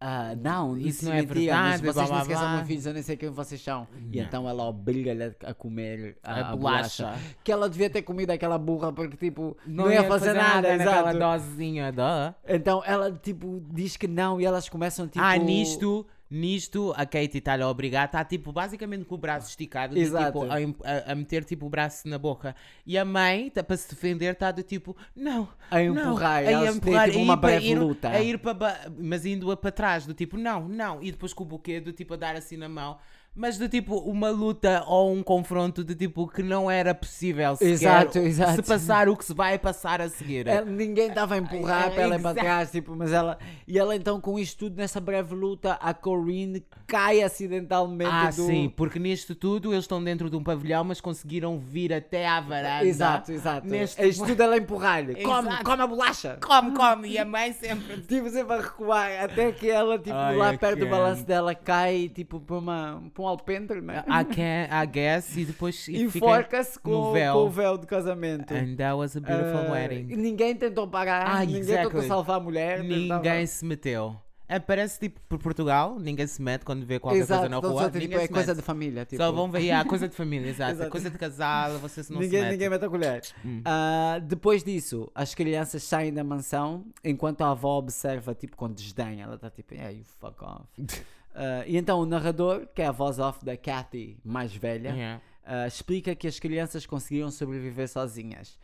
A: Ah, não,
B: Isso
A: isso
B: não
A: não
B: é
A: mentira, mas
B: verdade,
A: vocês
B: blá,
A: não
B: blá,
A: esqueçam
B: blá."
A: meu filho, eu nem sei quem vocês são. E então ela obriga-lhe a- a comer a,
B: A
A: a bolacha.
B: bolacha.
A: Que ela devia ter comido aquela burra porque, tipo, não, ia, fazer, nada,
B: naquela
A: exato.
B: dosezinha. Duh.
A: Então ela, tipo, diz que não e elas começam, tipo...
B: Ah, nisto, nisto, a Katie está-lhe a obrigar, está tipo basicamente com o braço esticado, de,
A: Exato.
B: tipo, a, em- a- a meter tipo o braço na boca. E a mãe, tá, para se defender, está do tipo, não,
A: A
B: não,
A: empurrar, elas têm, tipo,
B: a
A: uma
B: ir pra-
A: breve
B: ir-
A: luta.
B: A ir para, ba- mas indo para trás, do tipo, não, não, e depois com o buquê, do tipo, a dar assim na mão. Mas do tipo, uma luta ou um confronto de tipo que não era possível sequer
A: Exato, exato. É,
B: se passar o que se vai passar a seguir.
A: Ela- ninguém estava a empurrar
B: Né? É,
A: para ela ir para
B: exato.
A: trás, tipo, mas ela... E ela, então, com isto tudo, nessa breve luta, a Corinne cai acidentalmente
B: Ah,
A: do...
B: sim, porque nisto tudo eles estão dentro de um pavilhão, mas conseguiram vir até à varanda.
A: Exato, exato.
B: Neste-
A: É Isto tudo ela a empurrar-lhe.
B: Exato.
A: Come, come a bolacha.
B: Come, come, e a mãe sempre.
A: Tipo, sempre a recuar, até que ela, tipo,
B: Ai, é
A: lá
B: I
A: perto do
B: can't.
A: balanço dela, cai, tipo, para, uma, para um alpendre, né?
B: I, can, I guess, e depois Ah, e fica
A: Enforca-se com,
B: no
A: o-
B: véu.
A: com o véu de casamento.
B: And that was a beautiful
A: Ah,
B: wedding.
A: Ninguém tentou parar,
B: Ah,
A: ninguém tentou
B: exactly.
A: salvar a
B: tá
A: mulher. tentava-
B: Ninguém se meteu. É, parece tipo por Portugal, ninguém se mete quando vê qualquer
A: Exato,
B: coisa na
A: então,
B: rua.
A: só, tipo,
B: ninguém
A: é
B: se
A: coisa
B: mete.
A: de família. Tipo,
B: Só vão ver, ah, coisa de família, exato.
A: Exato.
B: Coisa de casal, vocês não
A: ninguém,
B: se Hum. metem.
A: ninguém mete a colher. Ah, depois disso, as crianças saem da mansão, enquanto a avó observa, tipo, com desdém. Ela está tipo, yeah, you fuck off. Ah, e então o narrador, que é a voz off da Kathy, mais velha,
B: Yeah.
A: ah, explica que as crianças conseguiram sobreviver sozinhas.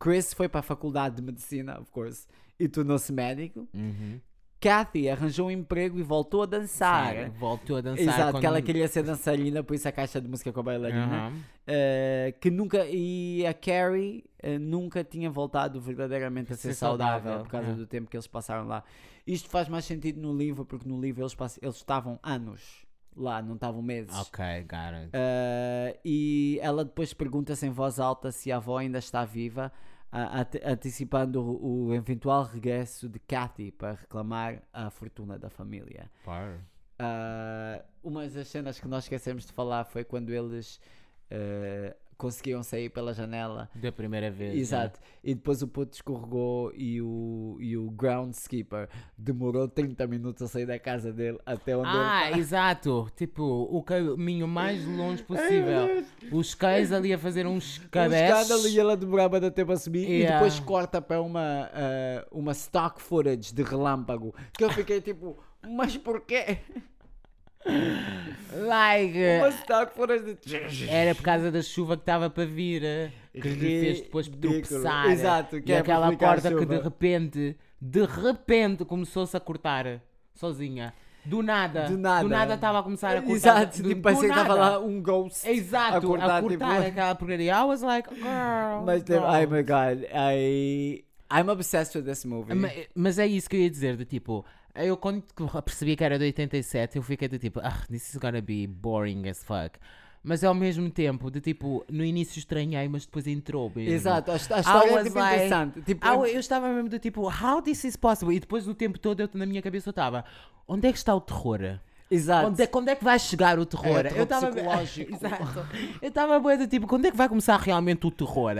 A: Chris foi para a faculdade de medicina, of course, e tornou-se médico.
B: Uhum.
A: Kathy arranjou um emprego e voltou a dançar.
B: Sim, voltou a dançar.
A: Exato,
B: quando...
A: que ela queria ser dançarina, por isso a caixa de música com a bailarina.
B: Aham.
A: Eh, que nunca. E a Carrie eh, nunca tinha voltado verdadeiramente a ser,
B: Ser
A: saudável,
B: saudável,
A: por causa
B: é.
A: do tempo que eles passaram lá. Isto faz mais sentido no livro, porque no livro eles, pass- eles estavam anos lá, não estavam meses.
B: Ok, got it.
A: Eh, e ela depois pergunta-se em voz alta se a avó ainda está viva, a- ante- antecipando o, o eventual regresso de Kathy para reclamar a fortuna da família.
B: Claro.
A: Ah, uma das cenas que nós esquecemos de falar foi quando eles eh, conseguiam sair pela janela.
B: Da primeira vez. né?
A: Exato. E depois o puto escorregou e o, e o groundskeeper demorou 30 minutos a sair da casa dele até onde ele tá-
B: Ah, exato. Tipo, o caminho mais longe possível. Os cães ali a fazer uns
A: escada
B: cabeças.
A: e ela demorava de tempo a subir e
B: Yeah.
A: depois corta para uma, ah, uma stock footage de relâmpago que eu fiquei tipo, mas porquê?
B: Like.
A: Uma stock footage de...
B: Era por causa da chuva que estava para vir. eh, Que lhe fez depois
A: Ridículo.
B: tropeçar.
A: Exato, que
B: E
A: é para
B: aquela
A: explicar a
B: porta que de
A: chuva.
B: repente, de repente começou-se a cortar. Sozinha. Do nada.
A: Do nada.
B: estava a começar a cortar.
A: Exato,
B: do,
A: tipo, parecia
B: do
A: que estava
B: nada.
A: lá um ghost.
B: Exato, a cortar,
A: cortar, tipo-
B: aquela porcaria. I was like, girl.
A: Mas teve,
B: girl.
A: oh my god, I I'm obsessed with this movie.
B: Ma- Mas é isso que eu ia dizer, do tipo, eu quando percebi que era de 87, eu fiquei do tipo, ah, this is gonna be boring as fuck. Mas é ao mesmo tempo, de tipo, no início estranhei, mas depois entrou mesmo.
A: Exato, a, his- a
B: I
A: história é
B: was
A: tipo,
B: like-
A: interessante. Tipo,
B: Ah, eu- eu estava mesmo do tipo, how this is possible? E depois do tempo todo, eu, na minha cabeça eu estava, onde é que está o terror?
A: exato.
B: Onde é, quando é que vai chegar o terror?
A: É, o terror
B: eu tava-
A: psicológico.
B: Exato. Eu estava boa do tipo, quando é que vai começar realmente o terror?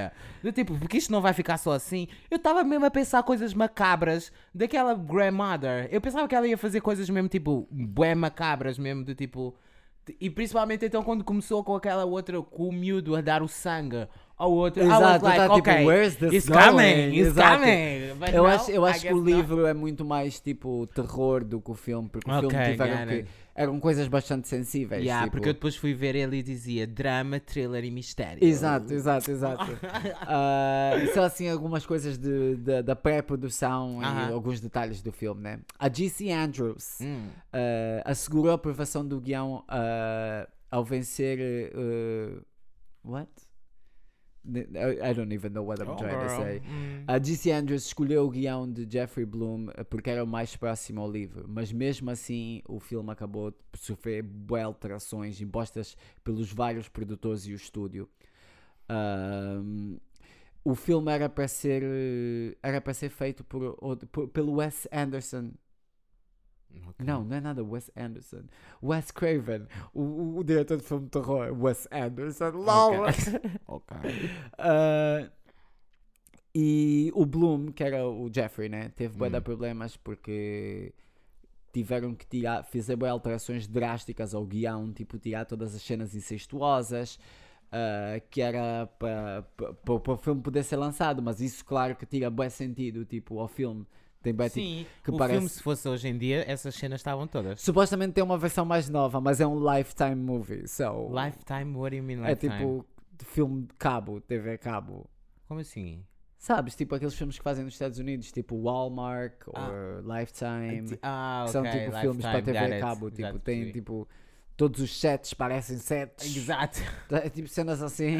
B: Do tipo, porque isto não vai ficar só assim. Eu estava mesmo a pensar coisas macabras daquela grandmother. Eu pensava que ela ia fazer coisas mesmo tipo, bué macabras mesmo, do tipo. E principalmente então quando começou com aquela outra, com o miúdo a dar o sangue ao outro. I was
A: Exato,
B: like,
A: tá tipo,
B: okay,
A: where's this
B: it's
A: going?
B: coming, it's
A: Exato.
B: coming. But
A: Eu
B: no,
A: acho, eu
B: I
A: acho que
B: guess
A: o
B: not.
A: livro é muito mais tipo terror do que o filme, porque o
B: Ok,
A: filme tiveram
B: got
A: que.
B: it.
A: Eram coisas bastante sensíveis.
B: Yeah,
A: tipo-
B: porque eu depois fui ver ele e dizia drama, thriller e mistério.
A: Exato,
B: Então,
A: exato,
B: é?
A: exato. Ah, só assim algumas coisas de, de- da pré-produção e
B: Aham.
A: alguns detalhes do filme, né? A G.C. Andrews
B: Hum.
A: ah, assegurou a aprovação do guião ah, ao vencer. eh, what? I I don't even know what I'm
B: Oh,
A: trying to say. A G.C. Andrews escolheu o guião de Jeffrey Bloom eh, porque era o mais próximo ao livro, mas mesmo assim o filme acabou de sofrer bué alterações impostas pelos vários produtores e o estúdio. Ahm, o filme era para ser eh, era para ser feito por, outro- por- pelo Wes Anderson.
B: Uhum.
A: Não, não é nada Wes Anderson. Wes Craven, o, o- o diretor de filme de terror, Wes Anderson. LOL!
B: Ok.
A: Ah, e o Bloom, que era o Jeffrey, né? Teve bué de
B: Hum.
A: problemas porque tiveram que tirar, fazer bué alterações drásticas ao guião, tipo tirar todas as cenas incestuosas, ah, que era para o filme poder ser lançado, mas isso claro que tira bué sentido, tipo, ao filme. Tem bué, tipo,
B: Sim,
A: que
B: o
A: parece-
B: filme se fosse hoje em dia, essas cenas estavam todas.
A: supostamente tem uma versão mais nova, mas é um lifetime movie, so...
B: Lifetime, what do you mean
A: é
B: lifetime?
A: tipo filme de cabo, TV cabo.
B: Como assim?
A: Sabes, tipo aqueles filmes que fazem nos Estados Unidos, tipo Hallmark ou Lifetime,
B: Ti- Ah,
A: que
B: ok.
A: são tipo filmes para
B: Lifetime,
A: TV
B: got
A: a
B: it,
A: cabo, tipo,
B: got it,
A: tem
B: sim.
A: tipo todos os sets parecem sets.
B: Exato.
A: É tipo cenas assim.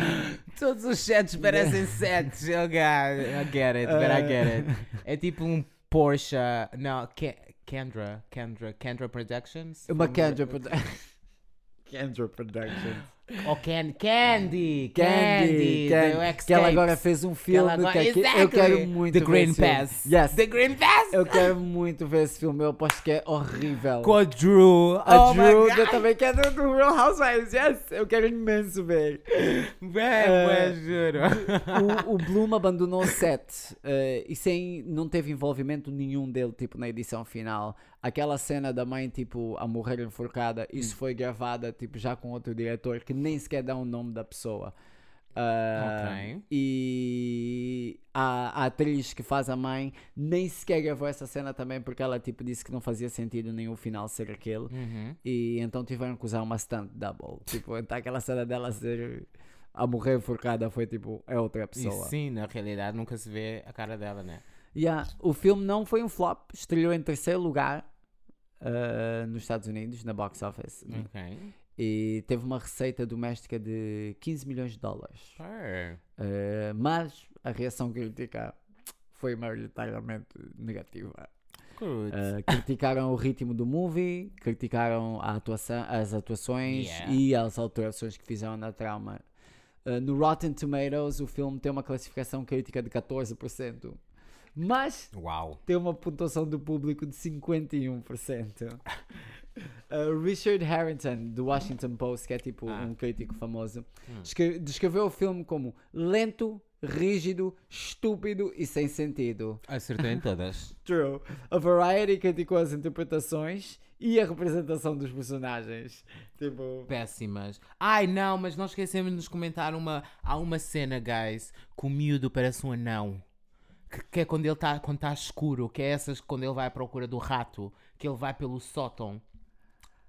B: Todos os sets parecem sets. Oh god, I get it, but
A: Ah.
B: I get it. É tipo um Porsche. Não, Ke- Kendra. Kendra. Kendra Productions?
A: Uma
B: From-
A: Kendra Productions. Kendra Productions.
B: Ou Can- Candy. Candy.
A: Candy,
B: do
A: Candy. Que ela agora
B: Escapes.
A: fez um
B: Que ela
A: filme que,
B: agora-
A: é que eu
B: Exactly.
A: quero muito
B: The
A: ver
B: Green
A: esse filme.
B: Pass.
A: Yes.
B: The Green Pass.
A: Eu quero muito ver esse filme, eu aposto que é horrível.
B: Com a Drew.
A: a
B: oh
A: Drew,
B: my God.
A: eu também quero do Real Housewives, yes! Eu quero imenso ver.
B: Véi,
A: Eh,
B: ué, juro.
A: o, o Bloom abandonou o set eh, e sem, não teve envolvimento nenhum dele, tipo, na edição final. Aquela cena da mãe, tipo, a morrer enforcada, isso foi gravada, tipo, já com outro diretor que nem sequer dá o nome da pessoa. Ah,
B: Ok.
A: E a, a atriz que faz a mãe nem sequer gravou essa cena também porque ela, tipo, disse que não fazia sentido nenhum o final ser aquele. E então tiveram que usar uma stunt double. Tipo, então aquela cena dela ser a morrer enforcada foi tipo, é outra
B: E
A: pessoa.
B: sim, na realidade nunca se vê a cara dela, né?
A: Yeah, o filme não foi um flop, estreou em terceiro lugar ah, nos Estados Unidos, na box office.
B: Hum. Ok.
A: E teve uma receita doméstica de 15 milhões de dólares.
B: Sure.
A: Uh, mas a reação crítica foi maioritariamente negativa.
B: Good.
A: Uh, criticaram o ritmo do movie, criticaram a atuação, as atuações
B: Yeah.
A: e as alterações que fizeram na trama. Uh, no Rotten Tomatoes, o filme tem uma classificação crítica de 14%, mas
B: Uau.
A: tem uma pontuação do público de 51%. Uh, Richard Harrington, do Washington Post, que é tipo um crítico famoso, escre- descreveu o filme como lento, rígido, estúpido e sem sentido.
B: Acertou em todas.
A: True. A Variety criticou as interpretações e a representação dos personagens. Tipo.
B: Péssimas. Ai não, mas nós esquecemos de nos comentar uma. Há uma cena, guys, que o miúdo parece um anão. Que, que é quando ele está quando tá escuro, que é essas quando ele vai à procura do rato, que ele vai pelo sótão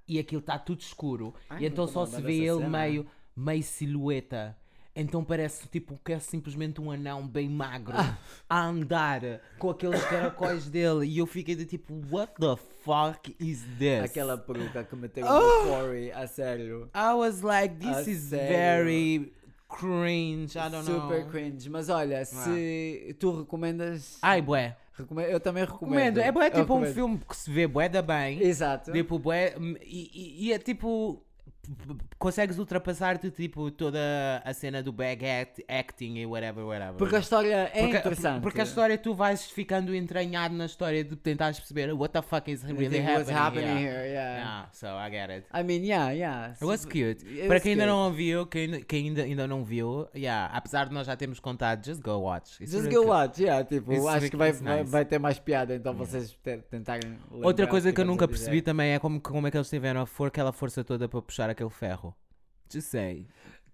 B: e aquilo está tudo escuro.
A: Ai,
B: e então
A: nunca
B: só
A: me
B: se
A: lembro
B: vê
A: dessa
B: ele
A: cena.
B: meio, meio silhueta. Então parece tipo que é simplesmente um anão bem magro
A: Ah.
B: a andar com aqueles caracóis dele. E eu fiquei de tipo, what the fuck is this?
A: Aquela peruca que meteu
B: Ah!
A: no Corey, a sério.
B: I was like, this
A: A
B: is
A: Ah, sério?
B: very cringe. I don't
A: Super
B: know. Ah.
A: cringe. Mas olha, se tu recomendas.
B: Ai, bué.
A: Recome- Eu também recomendo.
B: Recomendo. É bué
A: Eu
B: tipo um
A: recomendo.
B: filme que se vê bué da bem.
A: Exato.
B: Tipo, bué. hum, E, e- e é tipo. p- p- Consegues ultrapassar-te, tipo, toda a cena do bag act, acting e whatever, whatever.
A: Porque a história é
B: Porque-
A: interessante.
B: Porque a história tu vais ficando entranhado na história de tentares perceber what the fuck is
A: Everything
B: é really
A: was
B: happening,
A: happening
B: here.
A: here, yeah.
B: Yeah, so I get it.
A: I mean, yeah, yeah.
B: It was
A: It
B: cute. Para
A: was
B: quem ainda
A: cute.
B: não ouviu, quem, ainda- quem ainda, ainda não viu, yeah, apesar de nós já termos contado, just go watch. é It's
A: Just
B: really
A: go
B: cute.
A: watch, yeah. Tipo,
B: It's
A: acho
B: really-
A: que vai,
B: it's
A: vai,
B: nice.
A: vai ter mais piada, então vocês te- tentarem. lembrar
B: Outra
A: o
B: coisa que eu
A: estamos
B: nunca
A: a dizer.
B: percebi também é como, como é que eles tiveram a for, aquela força toda para puxar aquele ferro. Just say.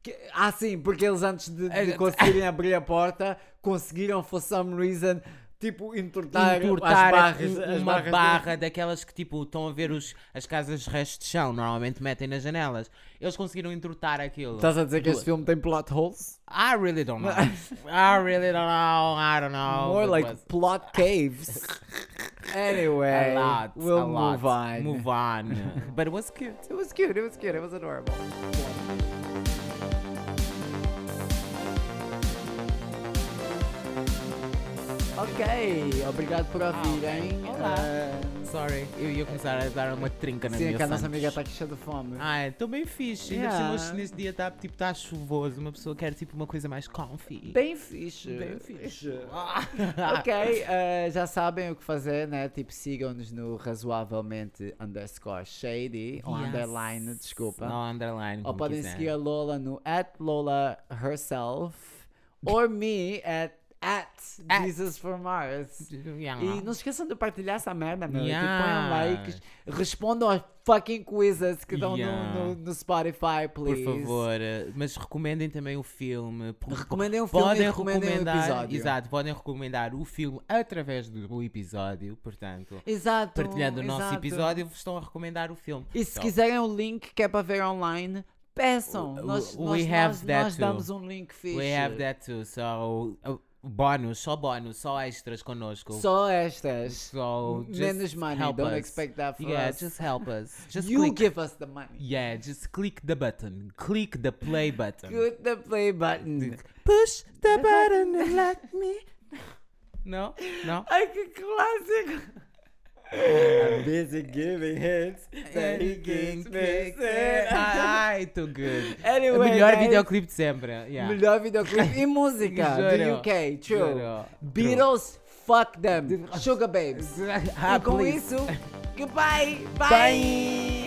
A: Que- ah, sim, porque eles antes de, de
B: É-
A: conseguirem abrir a porta, conseguiram, for some reason, tipo, entortar,
B: Entortar
A: as barras.
B: um-
A: as
B: uma
A: barras
B: barra daquelas que tipo estão a ver os, as casas de resto de chão, normalmente metem nas janelas. Eles conseguiram entortar aquilo.
A: Estás a dizer que este filme tem plot holes?
B: I really don't know. I really don't know. I don't know.
A: More
B: It
A: like
B: was-
A: plot caves.
B: a
A: anyway,
B: lot.
A: we'll
B: a lot.
A: move on.
B: Move on. But it was cute.
A: It was cute, it was cute, it was adorable. Ok, obrigado por ouvirem.
B: Olá.
A: Ah,
B: Sorry, eu ia começar a dar uma trinca na
A: sim,
B: minha
A: que a nossa
B: sandes.
A: amiga está aqui cheia de fome.
B: Ai, estou bem fixe. Ainda por cima
A: Yeah.
B: hoje neste dia está tipo, tá chuvoso. Uma pessoa quer tipo uma coisa mais comfy.
A: Bem fixe.
B: Bem fixe. Ah.
A: Ok, eh, já sabem o que fazer, né? Tipo, sigam-nos no razoavelmente underscore shady, ou
B: Yes.
A: Oh, underline, desculpa.
B: Não, underline.
A: Ou
B: como
A: podem
B: quiser.
A: seguir a Lola no at Lola herself or me at, at,
B: At.
A: Jesus from Mars.
B: Yeah.
A: E não se esqueçam de partilhar essa merda, meu. E que ponham
B: Yeah.
A: likes, respondam às fucking quizzes que estão
B: Yeah.
A: no, no, no Spotify,
B: Por
A: please.
B: favor, eh, mas recomendem também o filme. por-
A: Recomendem um filme e
B: Podem
A: recomendem um
B: recomendar,
A: episódio.
B: exato, podem recomendar o filme através do episódio, portanto,
A: Exato.
B: partilhando o nosso
A: Então, exato.
B: episódio, estão a recomendar o filme.
A: E se
B: Então,
A: quiserem um link que é para ver online, peçam. Nós,
B: we
A: nós,
B: have
A: nós,
B: that
A: nós
B: too.
A: damos um link fixe.
B: We have that too, so uh, bónus, só bónus, só extras connosco.
A: Só estas.
B: So just
A: Menos money.
B: help
A: Don't
B: us.
A: expect that from
B: Yeah,
A: us.
B: just help us. Just
A: you
B: click.
A: give us the money.
B: Yeah, just click the button. Click the play button.
A: Click the play button.
B: Push the button and let me. No, no.
A: Ai, que clássico! I'm busy giving hits that he gives me.
B: Ai, too good. O
A: Anyway,
B: melhor
A: guys,
B: videoclipe de sempre. Yeah.
A: Melhor videoclipe e música do
B: Juro,
A: UK, true.
B: juro.
A: Beatles, fuck them. Sugar Babes.
B: Ah,
A: e com
B: please.
A: isso, goodbye. Bye.
B: Bye.